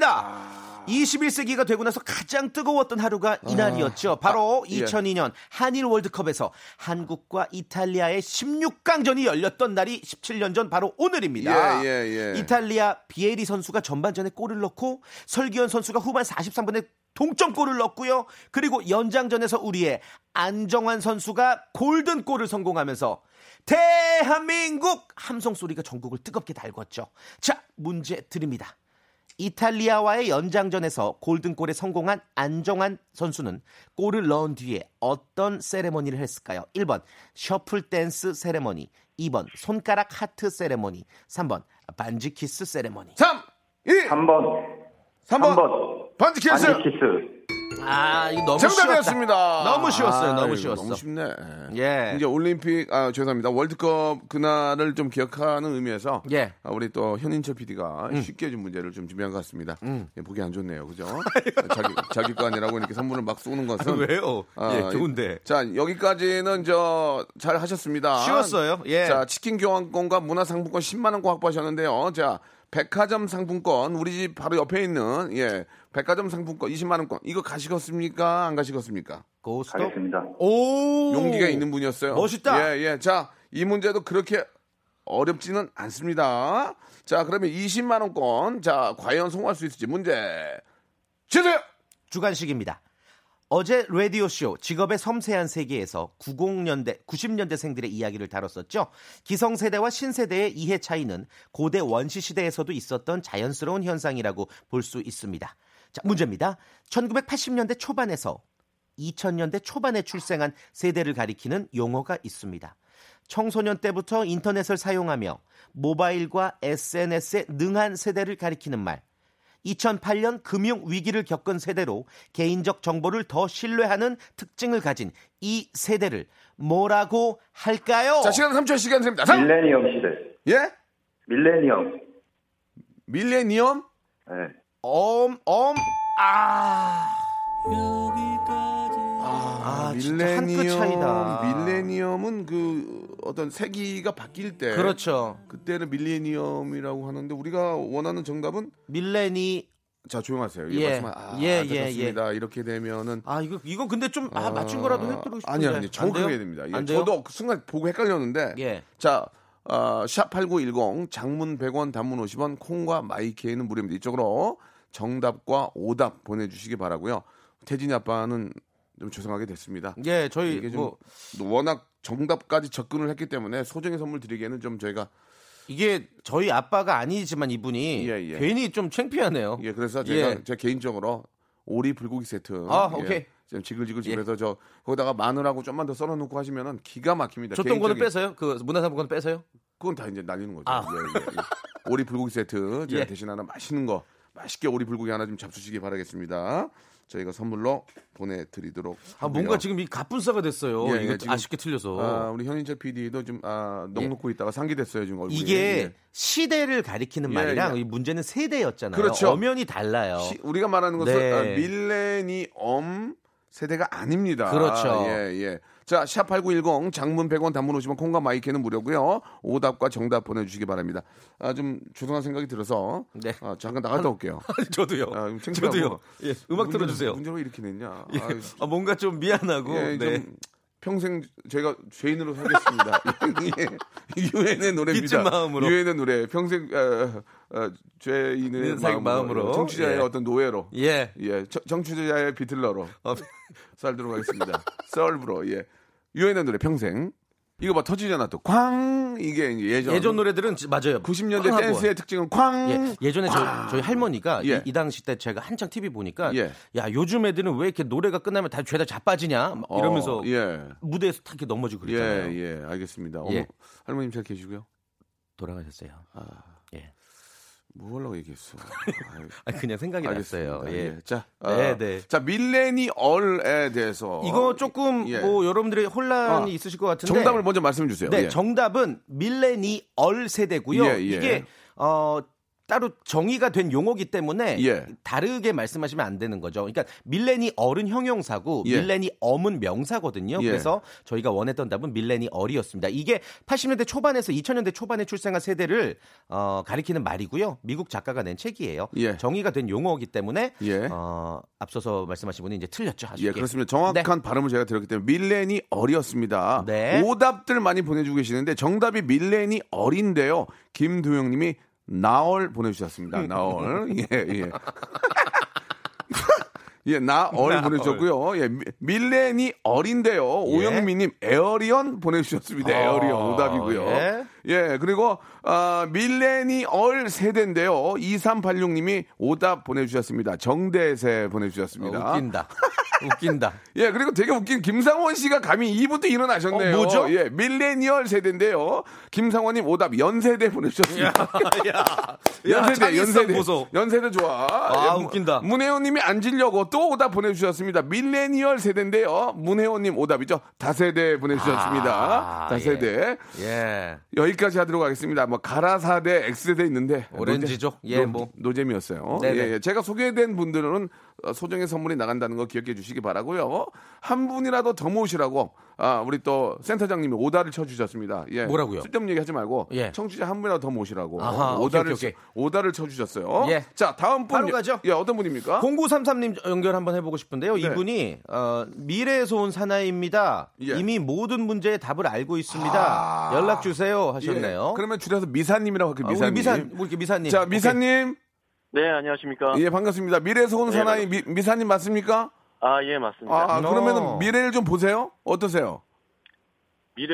Speaker 10: 맞습니다. 21세기가 되고 나서 가장 뜨거웠던 하루가 이날이었죠. 바로
Speaker 2: 아, 예.
Speaker 10: 2002년 한일 월드컵에서 한국과 이탈리아의 16강전이 열렸던 날이 17년 전 바로 오늘입니다.
Speaker 2: 예, 예, 예.
Speaker 10: 이탈리아 비에리 선수가 전반전에 골을 넣고 설기현 선수가 후반 43분에 동점골을 넣었고요. 그리고 연장전에서 우리의 안정환 선수가 골든골을 성공하면서 대한민국 함성 소리가 전국을 뜨겁게 달궜죠. 자, 문제 드립니다. 이탈리아와의 연장전에서 골든골에 성공한 안정환 선수는 골을 넣은 뒤에 어떤 세레머니를 했을까요? 1번 셔플 댄스 세레머니, 2번 손가락 하트 세레머니, 3번 반지 키스 세레머니.
Speaker 2: 3, 2,
Speaker 7: 3번.
Speaker 2: 3번.
Speaker 7: 번
Speaker 2: 반지 키스.
Speaker 7: 키스.
Speaker 10: 아, 이거 너무
Speaker 2: 정답이었습니다.
Speaker 10: 쉬웠다. 너무 쉬웠어요. 너무
Speaker 2: 아이고,
Speaker 10: 쉬웠어.
Speaker 2: 너무 쉽네.
Speaker 10: 예.
Speaker 2: 이제 올림픽 아 죄송합니다. 월드컵 그날을 좀 기억하는 의미에서
Speaker 10: 예. 음.
Speaker 2: 아, 우리 또 현인철 PD가 쉽게 좀 문제를 좀 준비한 것 같습니다. 예, 보기 안 좋네요. 그죠? 자기 자기 거 아니라고 이렇게 선물을 막 쏘는 것은
Speaker 10: 왜요?
Speaker 2: 아,
Speaker 10: 예, 좋은데.
Speaker 2: 자 여기까지는 저 잘 하셨습니다.
Speaker 10: 쉬웠어요. 예.
Speaker 2: 자 치킨 교환권과 문화 상품권 10만 원권 확보하셨는데요. 자 백화점 상품권 우리 집 바로 옆에 있는 예 백화점 상품권 20만 원권 이거 가시겠습니까? 안 가시겠습니까?
Speaker 10: 고스톱.
Speaker 7: 가겠습니다.
Speaker 10: 오.
Speaker 2: 용기가 있는 분이었어요.
Speaker 10: 멋있다.
Speaker 2: 예, 예. 자, 이 문제도 그렇게 어렵지는 않습니다. 자, 그러면 20만 원권. 자, 과연 성공할 수 있을지 문제 주세요.
Speaker 10: 주간식입니다. 어제 라디오쇼 직업의 섬세한 세계에서 90년대, 90년대 생들의 이야기를 다뤘었죠. 기성세대와 신세대의 이해 차이는 고대 원시시대에서도 있었던 자연스러운 현상이라고 볼 수 있습니다. 자, 문제입니다. 1980년대 초반에서 2000년대 초반에 출생한 세대를 가리키는 용어가 있습니다. 청소년 때부터 인터넷을 사용하며 모바일과 SNS에 능한 세대를 가리키는 말. 2008년 금융 위기를 겪은 세대로 개인적 정보를 더 신뢰하는 특징을 가진 이 세대를 뭐라고 할까요?
Speaker 2: 자, 시간 3초 시간 드립니다. 3.
Speaker 7: 밀레니엄 시대.
Speaker 2: 예?
Speaker 7: 밀레니엄.
Speaker 2: 밀레니엄?
Speaker 7: 네.
Speaker 10: 엄, 엄, 아.
Speaker 2: 아,
Speaker 10: 아, 진짜 한끗 차이다.
Speaker 2: 밀레니엄은 그 어떤 세기가 바뀔 때
Speaker 10: 그렇죠.
Speaker 2: 그때는 밀레니엄이라고 하는데 우리가 원하는 정답은
Speaker 10: 밀레니.
Speaker 2: 자, 조용하세요.
Speaker 10: 예.
Speaker 2: 예. 말씀 아,
Speaker 10: 예,
Speaker 2: 예,
Speaker 10: 예,
Speaker 2: 예, 예. 이렇게 되면은 어,
Speaker 10: 아, 이거, 이건 근데 좀, 아, 맞춘 거라도 해드리고 싶은데.
Speaker 2: 아니 아니 정확하게
Speaker 10: 안 돼요?
Speaker 2: 해야 됩니다. 예,
Speaker 10: 안 돼요?
Speaker 2: 저도 그 순간 보고 헷갈렸는데.
Speaker 10: 예.
Speaker 2: 자, 어, 샵8910 장문 100원 단문 50원 콩과 마이케이는 무료입니다. 이쪽으로 정답과 오답 보내 주시기 바라고요. 태진이 아빠는 좀 죄송하게 됐습니다.
Speaker 10: 예, 저희,
Speaker 2: 이게 좀
Speaker 10: 뭐,
Speaker 2: 워낙 정답까지 접근을 했기 때문에 소정의 선물 드리기에는 좀 저희가
Speaker 10: 이게 저희 아빠가 아니지만 이분이
Speaker 2: 예, 예.
Speaker 10: 괜히 좀 창피하네요.
Speaker 2: 예, 그래서 제가
Speaker 10: 예.
Speaker 2: 제 개인적으로 오리 불고기 세트.
Speaker 10: 아,
Speaker 2: 예,
Speaker 10: 오케이.
Speaker 2: 지금 지글지글 집에서 저 거기다가 마늘하고 좀만 더 썰어 놓고 하시면은 기가 막힙니다.
Speaker 10: 줬던 거는
Speaker 2: 개인적인-
Speaker 10: 빼서요? 그 문화상품권 빼서요?
Speaker 2: 그건 다 이제 날리는 거죠.
Speaker 10: 아.
Speaker 2: 예, 예, 예. 오리 불고기 세트 제가
Speaker 10: 예.
Speaker 2: 대신 하나 맛있는 거 맛있게 오리 불고기 하나 좀 잡수시기 바라겠습니다. 저희가 선물로 보내드리도록.
Speaker 10: 아,
Speaker 2: 하고요.
Speaker 10: 뭔가 지금 이 갑분싸가 됐어요.
Speaker 2: 예, 예,
Speaker 10: 이거
Speaker 2: 지금-
Speaker 10: 아쉽게 틀려서.
Speaker 2: 아, 우리 현인철 PD도 좀 아, 넉넉고 있다가 상기됐어요 지금 얼굴이.
Speaker 10: 예. 이게
Speaker 2: 예.
Speaker 10: 시대를 가리키는
Speaker 2: 예,
Speaker 10: 말이랑
Speaker 2: 예.
Speaker 10: 이 문제는 세대였잖아요.
Speaker 2: 그렇죠.
Speaker 10: 엄연히 달라요.
Speaker 2: 시- 우리가 말하는 것은
Speaker 10: 어. 네.
Speaker 2: 아, 밀레니엄 세대가 아닙니다.
Speaker 10: 그렇죠.
Speaker 2: 예, 예. 자, 샵8910 장문 100원 단문 50원 콩과 마이크는 무료고요. 오답과 정답 보내 주시기 바랍니다. 아, 좀 죄송한 생각이 들어서
Speaker 10: 네.
Speaker 2: 아, 잠깐 나갔다 올게요.
Speaker 10: 저도요.
Speaker 2: 아, 좀 창피하고.
Speaker 10: 저도요. 예, 음악
Speaker 2: 문제를-
Speaker 10: 틀어주세요.
Speaker 2: 문제를 왜 이렇게 냈냐.
Speaker 10: 예,
Speaker 2: 아유,
Speaker 10: 아, 뭔가 좀 미안하고.
Speaker 2: 예,
Speaker 10: 네.
Speaker 2: 좀 평생 제가 죄인으로 살겠습니다. 유엔의 노래입니다.
Speaker 10: 빚진 마음으로.
Speaker 2: 유엔의 노래. 평생 어, 어, 죄인의 마음으로.
Speaker 10: 생- 마음으로.
Speaker 2: 정치자의
Speaker 10: 예.
Speaker 2: 어떤 노예로.
Speaker 10: 예.
Speaker 2: 예, 정- 정치자의 비틀러로
Speaker 10: 어,
Speaker 2: 살도록 하겠습니다. 썰브로 예. 유엔의 노래 평생. 이거 봐 터지잖아 또. 쾅 이게 이제 예전.
Speaker 10: 예전 노래들은 지- 맞아요.
Speaker 2: 90년대
Speaker 10: 쾅하고.
Speaker 2: 댄스의 특징은 쾅.
Speaker 10: 예, 예전에 저, 저희 할머니가
Speaker 2: 음. 예.
Speaker 10: 이, 이 당시 때 제가 한창 TV 보니까
Speaker 2: 예.
Speaker 10: 야 요즘 애들은 왜 이렇게 노래가 끝나면 다 죄다 자빠지냐 막
Speaker 2: 어,
Speaker 10: 이러면서
Speaker 2: 예.
Speaker 10: 무대에서 탁 이렇게 넘어지고
Speaker 2: 예,
Speaker 10: 그랬잖아요.
Speaker 2: 예, 알겠습니다. 어머,
Speaker 10: 예.
Speaker 2: 할머님 잘 계시고요.
Speaker 10: 돌아가셨어요. 예.
Speaker 2: 뭐 하려고 얘기했어. 아유,
Speaker 10: 아, 그냥 생각이 났어요.
Speaker 2: 알겠습니다.
Speaker 10: 예.
Speaker 2: 예. 자,
Speaker 10: 네,
Speaker 2: 아,
Speaker 10: 네.
Speaker 2: 자 밀레니얼에 대해서
Speaker 10: 이거 조금
Speaker 2: 예.
Speaker 10: 뭐 여러분들이 혼란이
Speaker 2: 아,
Speaker 10: 있으실 것 같은데
Speaker 2: 정답을 먼저 말씀해 주세요.
Speaker 10: 네,
Speaker 2: 예.
Speaker 10: 정답은 밀레니얼 세대고요.
Speaker 2: 예, 예.
Speaker 10: 이게 어 따로 정의가 된 용어기 때문에
Speaker 2: 예.
Speaker 10: 다르게 말씀하시면 안 되는 거죠. 그러니까 밀레니얼은 형용사고
Speaker 2: 예.
Speaker 10: 밀레니엄은 명사거든요.
Speaker 2: 예.
Speaker 10: 그래서 저희가 원했던 답은 밀레니얼이었습니다. 이게 80년대 초반에서 2000년대 초반에 출생한 세대를 어, 가리키는 말이고요. 미국 작가가 낸 책이에요.
Speaker 2: 예.
Speaker 10: 정의가 된 용어이기 때문에
Speaker 2: 예.
Speaker 10: 어, 앞서서 말씀하신 분이 이제 틀렸죠. 아쉽게.
Speaker 2: 예, 그렇습니다. 정확한 발음을 제가 드렸기 때문에 밀레니얼이었습니다.
Speaker 10: 네.
Speaker 2: 오답들 많이 보내주고 계시는데 정답이 밀레니얼인데요. 김도영님이 나얼 보내주셨습니다. 나얼 예 예. 예, 나얼 보내주셨고요. 예, 미- 밀레니얼인데요. 오영민님 에어리언 보내주셨습니다. 에어리언
Speaker 10: 예. 아,
Speaker 2: 오답이고요.
Speaker 10: 예.
Speaker 2: 예, 그리고 아, 밀레니얼 세대인데요. 2386님이 오답 보내주셨습니다. 정대세 보내주셨습니다.
Speaker 10: 네. 어, 웃긴다. 웃긴다.
Speaker 2: 예, 그리고 되게 웃긴 김상원 씨가 감히 2부터 일어나셨네요.
Speaker 10: 어, 뭐죠?
Speaker 2: 예, 밀레니얼 세대인데요. 김상원님 오답 연세대 보내주셨습니다.
Speaker 10: 야,
Speaker 2: 연세대, 연세대.
Speaker 10: 보소.
Speaker 2: 연세대 좋아. 예,
Speaker 10: 아,
Speaker 2: 문-
Speaker 10: 웃긴다.
Speaker 2: 문혜원님이 앉으려고 또 오답 보내주셨습니다. 밀레니얼 세대인데요. 문혜원님 오답이죠. 다세대 보내주셨습니다.
Speaker 10: 아,
Speaker 2: 다세대.
Speaker 10: 예.
Speaker 2: 여기까지 하도록 하겠습니다. 뭐 가라사대 X세대 있는데
Speaker 10: 오렌지족?
Speaker 2: 노재-
Speaker 10: 예,
Speaker 2: 노-
Speaker 10: 뭐.
Speaker 2: 노잼이었어요.
Speaker 10: 네네.
Speaker 2: 예, 예. 제가 소개된 분들은 어, 소정의 선물이 나간다는 거 기억해 주시기 바라고요. 어? 한 분이라도 더 모시라고 아, 우리 또 센터장님이 오다를 쳐 주셨습니다. 예.
Speaker 10: 뭐라고요?
Speaker 2: 쓸데없는 얘기 하지 말고
Speaker 10: 예.
Speaker 2: 청취자 한 분이라도 더 모시라고 어,
Speaker 10: 아하, 오케이,
Speaker 2: 오다를
Speaker 10: 오케이,
Speaker 2: 쳐- 오다를 쳐 주셨어요.
Speaker 10: 예.
Speaker 2: 자, 다음 분
Speaker 10: 바로 가죠.
Speaker 2: 예, 어떤 분입니까?
Speaker 10: 0933님 연결 한번 해보고
Speaker 2: 네.
Speaker 10: 싶은데요. 이분이 어, 미래에서 온 사나이입니다.
Speaker 2: 예.
Speaker 10: 이미 모든 문제의 답을 알고 있습니다.
Speaker 2: 아.
Speaker 10: 연락 주세요
Speaker 2: 예.
Speaker 10: 하셨네요.
Speaker 2: 그러면 줄여서 미사님이라고 할게요.
Speaker 10: 아, 우리
Speaker 2: 미사님.
Speaker 10: 미사, 우리 이렇게 미사님.
Speaker 2: 자, 미사님.
Speaker 6: 네, 안녕하십니까.
Speaker 2: 예, 반갑습니다. 미래에서 온
Speaker 6: 네,
Speaker 2: 사나이 미, 미사님 맞습니까?
Speaker 6: 아, 예, 맞습니다.
Speaker 2: 아,
Speaker 10: No.
Speaker 2: 그러면은 미래를 좀 보세요. 어떠세요?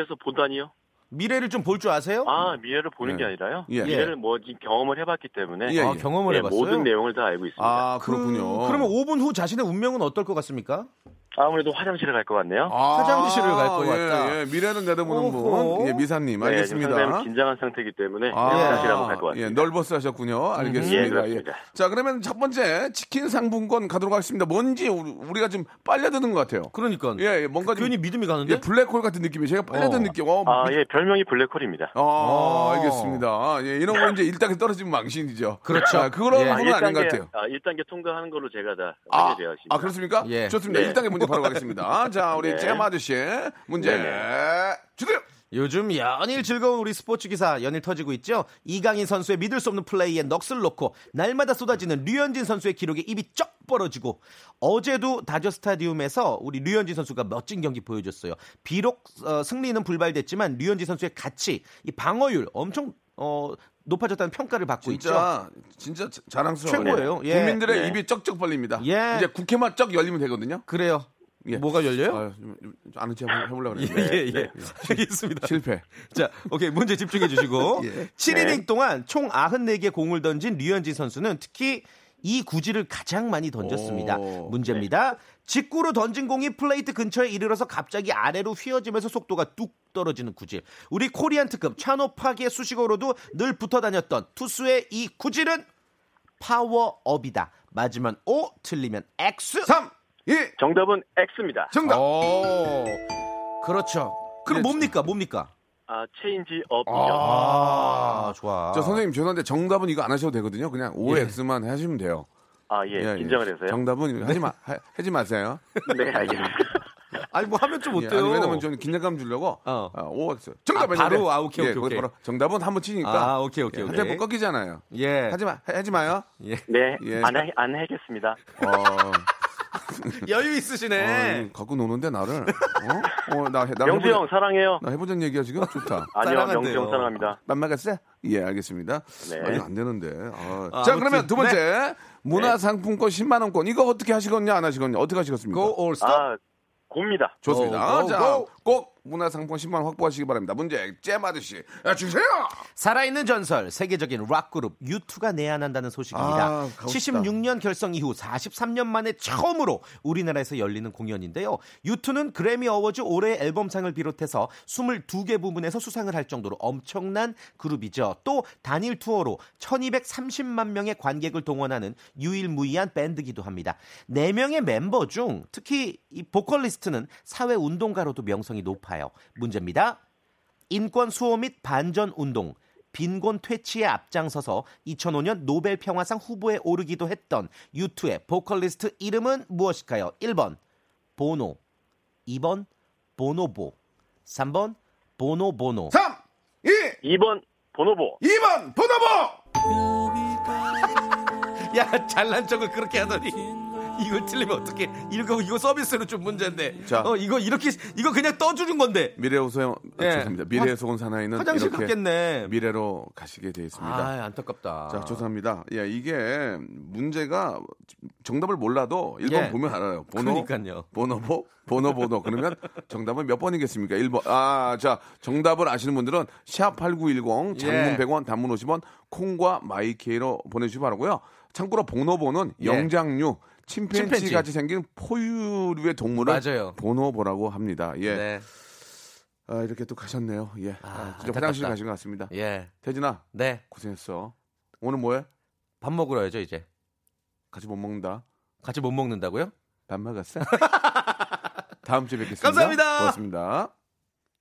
Speaker 6: 미래에서 보다니요?
Speaker 10: 오케이. 미래를 좀 볼 줄 아세요?
Speaker 6: 아, 미래를 보는
Speaker 2: 예.
Speaker 6: 게 아니라요?
Speaker 2: 예.
Speaker 6: 미래를 뭐 지금 경험을 해봤기 때문에
Speaker 2: 예,
Speaker 10: 아,
Speaker 2: 예.
Speaker 10: 경험을
Speaker 6: 예,
Speaker 10: 해봤어요.
Speaker 6: 모든 내용을 다 알고 있습니다. 아,
Speaker 2: 아, 그렇군요.
Speaker 10: 그, 그러면 5분 후 자신의 운명은 어떨 것 같습니까?
Speaker 6: 무래도 화장실에 갈 것 같네요.
Speaker 2: 아,
Speaker 10: 화장실을 갈것
Speaker 2: 예,
Speaker 10: 같다.
Speaker 2: 예, 미래는 내다보는
Speaker 10: 오호.
Speaker 2: 분. 예, 미사님.
Speaker 6: 네, 지금
Speaker 2: 알겠습니다.
Speaker 6: 상당히 긴장한 상태이기 때문에
Speaker 2: 아,
Speaker 6: 화장실하고 갈 것 같아요.
Speaker 2: 예, 널버스
Speaker 10: 음.
Speaker 2: 하셨군요. 알겠습니다.
Speaker 6: 예, 그렇습니다.
Speaker 2: 자, 그러면 첫 번째 치킨 상품권 가도록 하겠습니다. 뭔지 우리- 우리가 좀 빨려드는 것 같아요.
Speaker 10: 그러니까.
Speaker 2: 예, 예, 뭔가 좀
Speaker 10: 괜히 믿음이 가는데?
Speaker 2: 예, 블랙홀 같은 느낌이 제가 빨려드는
Speaker 10: 어.
Speaker 2: 느낌. 어,
Speaker 6: 아, 예, 별명이 블랙홀입니다.
Speaker 2: 아,
Speaker 10: 어.
Speaker 2: 알겠습니다. 예, 이런 거 이제 일단계 떨어지면 망신이죠.
Speaker 10: 그렇죠.
Speaker 2: 아, 그런
Speaker 10: 예.
Speaker 2: 건 아닌 것
Speaker 6: 1단계,
Speaker 2: 같아요.
Speaker 6: 아, 1단계 통과하는 걸로 제가 다
Speaker 2: 아,
Speaker 6: 확인되어 있습니다.
Speaker 2: 아, 그렇습니까?
Speaker 10: 예.
Speaker 2: 좋습니다.
Speaker 6: 네.
Speaker 2: 일 1단계 문제 바로 가겠습니다. 자, 우리
Speaker 6: 네.
Speaker 2: 잼 아저씨의 문제 주세요.
Speaker 10: 요즘 연일 즐거운 우리 스포츠 기사 연일 터지고 있죠. 이강인 선수의 믿을 수 없는 플레이에 넋을 놓고 날마다 쏟아지는 류현진 선수의 기록에 입이 쩍 벌어지고 어제도 다저 스타디움에서 우리 류현진 선수가 멋진 경기 보여줬어요. 비록 어, 승리는 불발됐지만 류현진 선수의 가치, 이 방어율 엄청 어, 높아졌다는 평가를 받고 뭐 있죠.
Speaker 2: 진짜 진짜 자- 자랑스러워요.
Speaker 10: 최고예요. 예.
Speaker 2: 국민들의
Speaker 6: 네.
Speaker 2: 입이 쩍쩍 벌립니다.
Speaker 10: 예.
Speaker 2: 이제 국회만 쩍 열리면 되거든요.
Speaker 10: 그래요.
Speaker 2: 예.
Speaker 10: 뭐가 열려요?
Speaker 2: 아, 네, 좀- 좀 아는 체 한번 해보려고
Speaker 10: 예,
Speaker 2: 그랬는데
Speaker 10: 예, 예. 알겠습니다.
Speaker 2: 실패.
Speaker 10: 자, 오케이. 문제 집중해 주시고.
Speaker 2: 예.
Speaker 10: 7이닝 동안 총 94개 공을 던진 류현진 선수는 특히 이 구질을 가장 많이 던졌습니다.
Speaker 2: 오.
Speaker 10: 문제입니다. 직구로 던진 공이 플레이트 근처에 이르러서 갑자기 아래로 휘어지면서 속도가 뚝 떨어지는 구질. 우리 코리안 특급 찬호파기의 수식어로도 늘 붙어 다녔던 투수의 이 구질은 파워업이다. 맞으면 O, 틀리면 X.
Speaker 2: 3, 2,
Speaker 6: 정답은 X입니다.
Speaker 2: 정답.
Speaker 10: 오. 그렇죠. 그럼 뭡니까? 뭡니까?
Speaker 6: 아, 체인지 업이요.
Speaker 10: 아, 좋아. 예.
Speaker 2: 저 선생님 죄송한데 정답은 이거 안 하셔도 되거든요. 그냥 OX만 하시면 돼요.
Speaker 6: 아, 예, 긴장을 해서요.
Speaker 2: 정답은 하지
Speaker 10: 네.
Speaker 2: 마 하, 하지 마세요.
Speaker 6: 네, 알겠습니다.
Speaker 10: 아니 뭐 하면 좀
Speaker 2: 예,
Speaker 10: 어때요?
Speaker 2: 아니, 왜냐면 저는 긴장감 주려고
Speaker 10: 어.
Speaker 2: 아, OX. 정답
Speaker 10: 아,
Speaker 2: 했는데.
Speaker 10: 바로? 아, 오케이,
Speaker 2: 예,
Speaker 10: 오케이, 오케이.
Speaker 2: 바로 정답은 한번 치니까.
Speaker 10: 아, 오케이, 오케이,
Speaker 2: 예,
Speaker 10: 오케이.
Speaker 2: 한대 못 꺾이잖아요.
Speaker 10: 예.
Speaker 2: 하지 마 하지 마요.
Speaker 6: 네,
Speaker 2: 예.
Speaker 6: 안, 하, 안 하겠습니다.
Speaker 2: 어.
Speaker 10: 여유
Speaker 2: 어,
Speaker 10: 있으시네.
Speaker 2: 이거 갖고 노는데 나를 어? 어, 나, 해- 나
Speaker 6: 명수
Speaker 2: 해보자-
Speaker 6: 형, 사랑해요.
Speaker 2: 나 해보자는 얘기야 지금 좋다
Speaker 6: 아니요,
Speaker 10: 사랑한대요.
Speaker 6: 명수 형 사랑합니다.
Speaker 2: 만나갔어? 예 알겠습니다
Speaker 6: 네.
Speaker 2: 아니 안 되는데 아.
Speaker 10: 아,
Speaker 2: 자
Speaker 10: 아무튼, 네.
Speaker 2: 그러면 두 번째 문화상품권 10만원권 이거 어떻게 하시겠냐 안 하시겠냐 어떻게 하시겠습니까
Speaker 10: Go or stop.
Speaker 6: 아, 곱니다.
Speaker 2: 좋습니다
Speaker 10: 고, 고, 고.
Speaker 2: 자꼭 문화상품권 10만원 확보하시기 바랍니다 문제 잼 아저씨 아, 주세요
Speaker 10: 살아있는 전설 세계적인 락 그룹 U2가 내한한다는 소식입니다.
Speaker 2: 아, 가고 싶다.
Speaker 10: 76년 결성 이후 43년 만에 처음으로 우리나라에서 열리는 공연인데요. U2는 그래미 어워즈 올해 앨범상을 비롯해서 22개 부문에서 수상을 할 정도로 엄청난 그룹이죠. 또 단일 투어로 1230만 명의 관객을 동원하는 유일무이한 밴드기도 합니다. 4명의 멤버 중 특히 이 보컬리스트는 사회 운동가로도 명성이 높아요. 문제입니다. 인권 수호 및 반전 운동, 빈곤 퇴치에 앞장서서 2005년 노벨 평화상 후보에 오르기도 했던 U2의 보컬리스트 이름은 무엇일까요? 1번 보노, 2번 보노보, 3번 보노보노.
Speaker 2: 3 2
Speaker 6: 2번, 보노보.
Speaker 2: 2번 보너보
Speaker 10: 야, 잘난 척을 그렇게 하더니 이걸 틀리면 어떻게? 이거 이거 서비스로 좀 문제인데.
Speaker 2: 자.
Speaker 10: 어, 이거 이렇게 이거 그냥 떠주는 건데.
Speaker 2: 미래 우소형 아,
Speaker 10: 예.
Speaker 2: 죄송합니다 미래에 속은 사나이는
Speaker 10: 화장실
Speaker 2: 이렇게
Speaker 10: 갔겠네.
Speaker 2: 미래로 가시게 되어 있습니다
Speaker 10: 아, 안타깝다.
Speaker 2: 자, 죄송합니다. 예, 이게 문제가 정답을 몰라도 1번
Speaker 10: 예.
Speaker 2: 보면 알아요. 번호.
Speaker 10: 그러니까요.
Speaker 2: 번호보, 뭐, 번호 번호 그러면 정답은 몇 번이겠습니까? 1번. 아, 자, 정답을 아시는 분들은 샵8910 장문
Speaker 10: 예.
Speaker 2: 100원 단문 50원 콩과 마이케이로 보내주시기 바라고요. 참고로 번호보는
Speaker 10: 예.
Speaker 2: 영장류, 침팬지,
Speaker 10: 침팬지.
Speaker 2: 같이 생긴 포유류의 동물을
Speaker 10: 맞아요.
Speaker 2: 번호보라고 합니다. 예.
Speaker 10: 네.
Speaker 2: 아, 이렇게 또 가셨네요. 예. 아,
Speaker 10: 아,
Speaker 2: 진짜 화장실
Speaker 10: 안타깝다.
Speaker 2: 가신 것 같습니다.
Speaker 10: 예.
Speaker 2: 태진아,
Speaker 10: 네.
Speaker 2: 고생했어. 오늘 뭐해?
Speaker 10: 밥 먹으러 야죠 이제.
Speaker 2: 같이 못 먹는다.
Speaker 10: 같이 못 먹는다고요?
Speaker 2: 밥 먹었어? 다음 주에 뵙겠습니다.
Speaker 10: 감사합니다.
Speaker 2: 고맙습니다.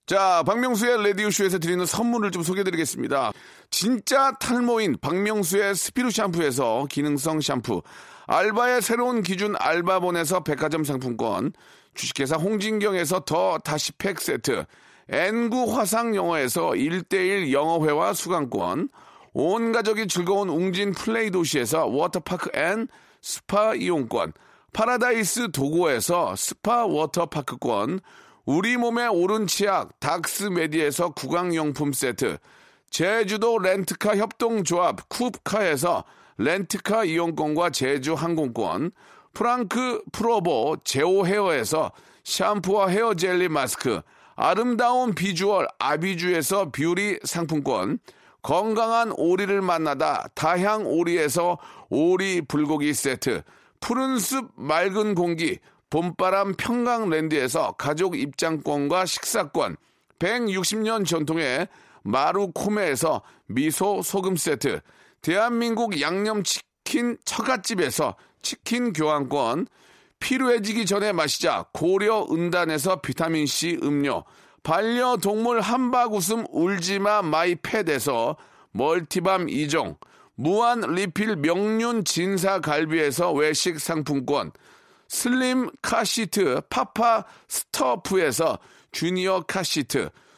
Speaker 2: 자, 박명수의 레디오쇼에서 드리는 선물을 좀 소개해드리겠습니다. 진짜 탈모인 박명수의 스피루 샴푸에서 기능성 샴푸, 알바의 새로운 기준 알바본에서 백화점 상품권, 주식회사 홍진경에서 더 다시 팩 세트, N구 화상 영어에서 1대1 영어회화 수강권, 온 가족이 즐거운 웅진 플레이 도시에서 워터파크 앤 스파 이용권, 파라다이스 도고에서 스파 워터파크권, 우리 몸의 오른 치약 닥스메디에서 구강용품 세트, 제주도 렌트카 협동조합 쿱카에서 렌트카 이용권과 제주 항공권, 프랑크 프로보 제오 헤어에서 샴푸와 헤어 젤리 마스크, 아름다운 비주얼 아비주에서 뷰리 상품권, 건강한 오리를 만나다 다향 오리에서 오리 불고기 세트, 푸른 숲 맑은 공기, 봄바람 평강랜드에서 가족 입장권과 식사권, 160년 전통의 마루코메에서 미소 소금 세트, 대한민국 양념치킨 처갓집에서 치킨 교환권, 필요해지기 전에 마시자 고려 은단에서 비타민C 음료, 반려동물 한박 웃음 울지마 마이패드에서 멀티밤 이종 무한 리필 명륜 진사 갈비에서 외식 상품권, 슬림 카시트 파파 스토프에서 주니어 카시트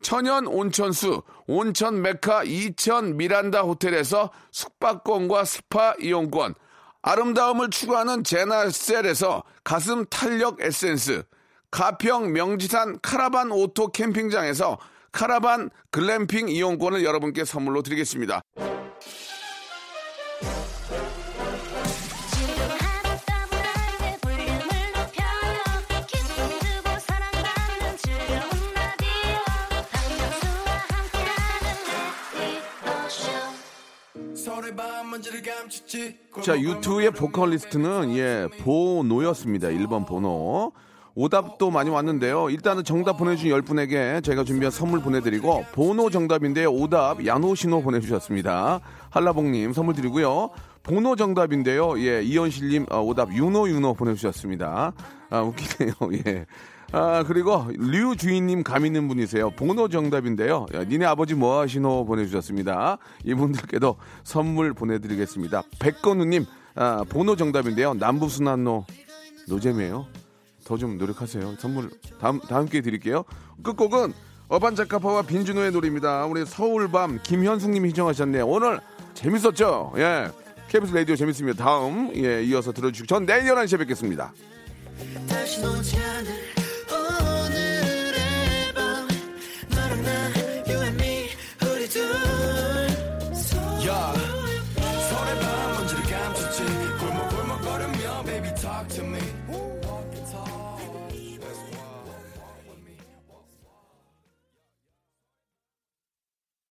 Speaker 2: 천연 온천수 온천 메카 이천 미란다 호텔에서 숙박권과 스파 이용권 아름다움을 추구하는 제나셀에서 가슴 탄력 에센스 가평 명지산 카라반 오토 캠핑장에서 카라반 글램핑 이용권을 여러분께 선물로 드리겠습니다. 자, 유튜브의 보컬리스트는 예, 보노였습니다. 1번 보노. 오답도 많이 왔는데요. 일단은 정답 보내주신 10분에게 저희가 준비한 선물 보내드리고, 보노 정답인데 오답 야노신호 보내주셨습니다. 한라봉님 선물 드리고요. 보노 정답인데요. 예, 이현실님 어, 오답 유노유노 보내주셨습니다. 아, 웃기네요. 예. 아, 그리고 류 주인님 감 있는 분이세요. 번호 정답인데요. 야, 니네 아버지 뭐 하시노 보내주셨습니다. 이분들께도 선물 보내드리겠습니다. 백건우님, 아, 번호 정답인데요. 남부순환로 노잼이에요. 더 좀 노력하세요. 선물 다음, 다음 기회에 드릴게요. 끝곡은 어반자카파와 빈준호의 노래입니다. 우리 서울밤 김현숙님이 신청하셨네요. 오늘 재밌었죠? 예. KBS 라디오 재밌습니다. 다음, 예, 이어서 들어주시고, 전 내일 11시에 뵙겠습니다.
Speaker 11: 다시 오지 않을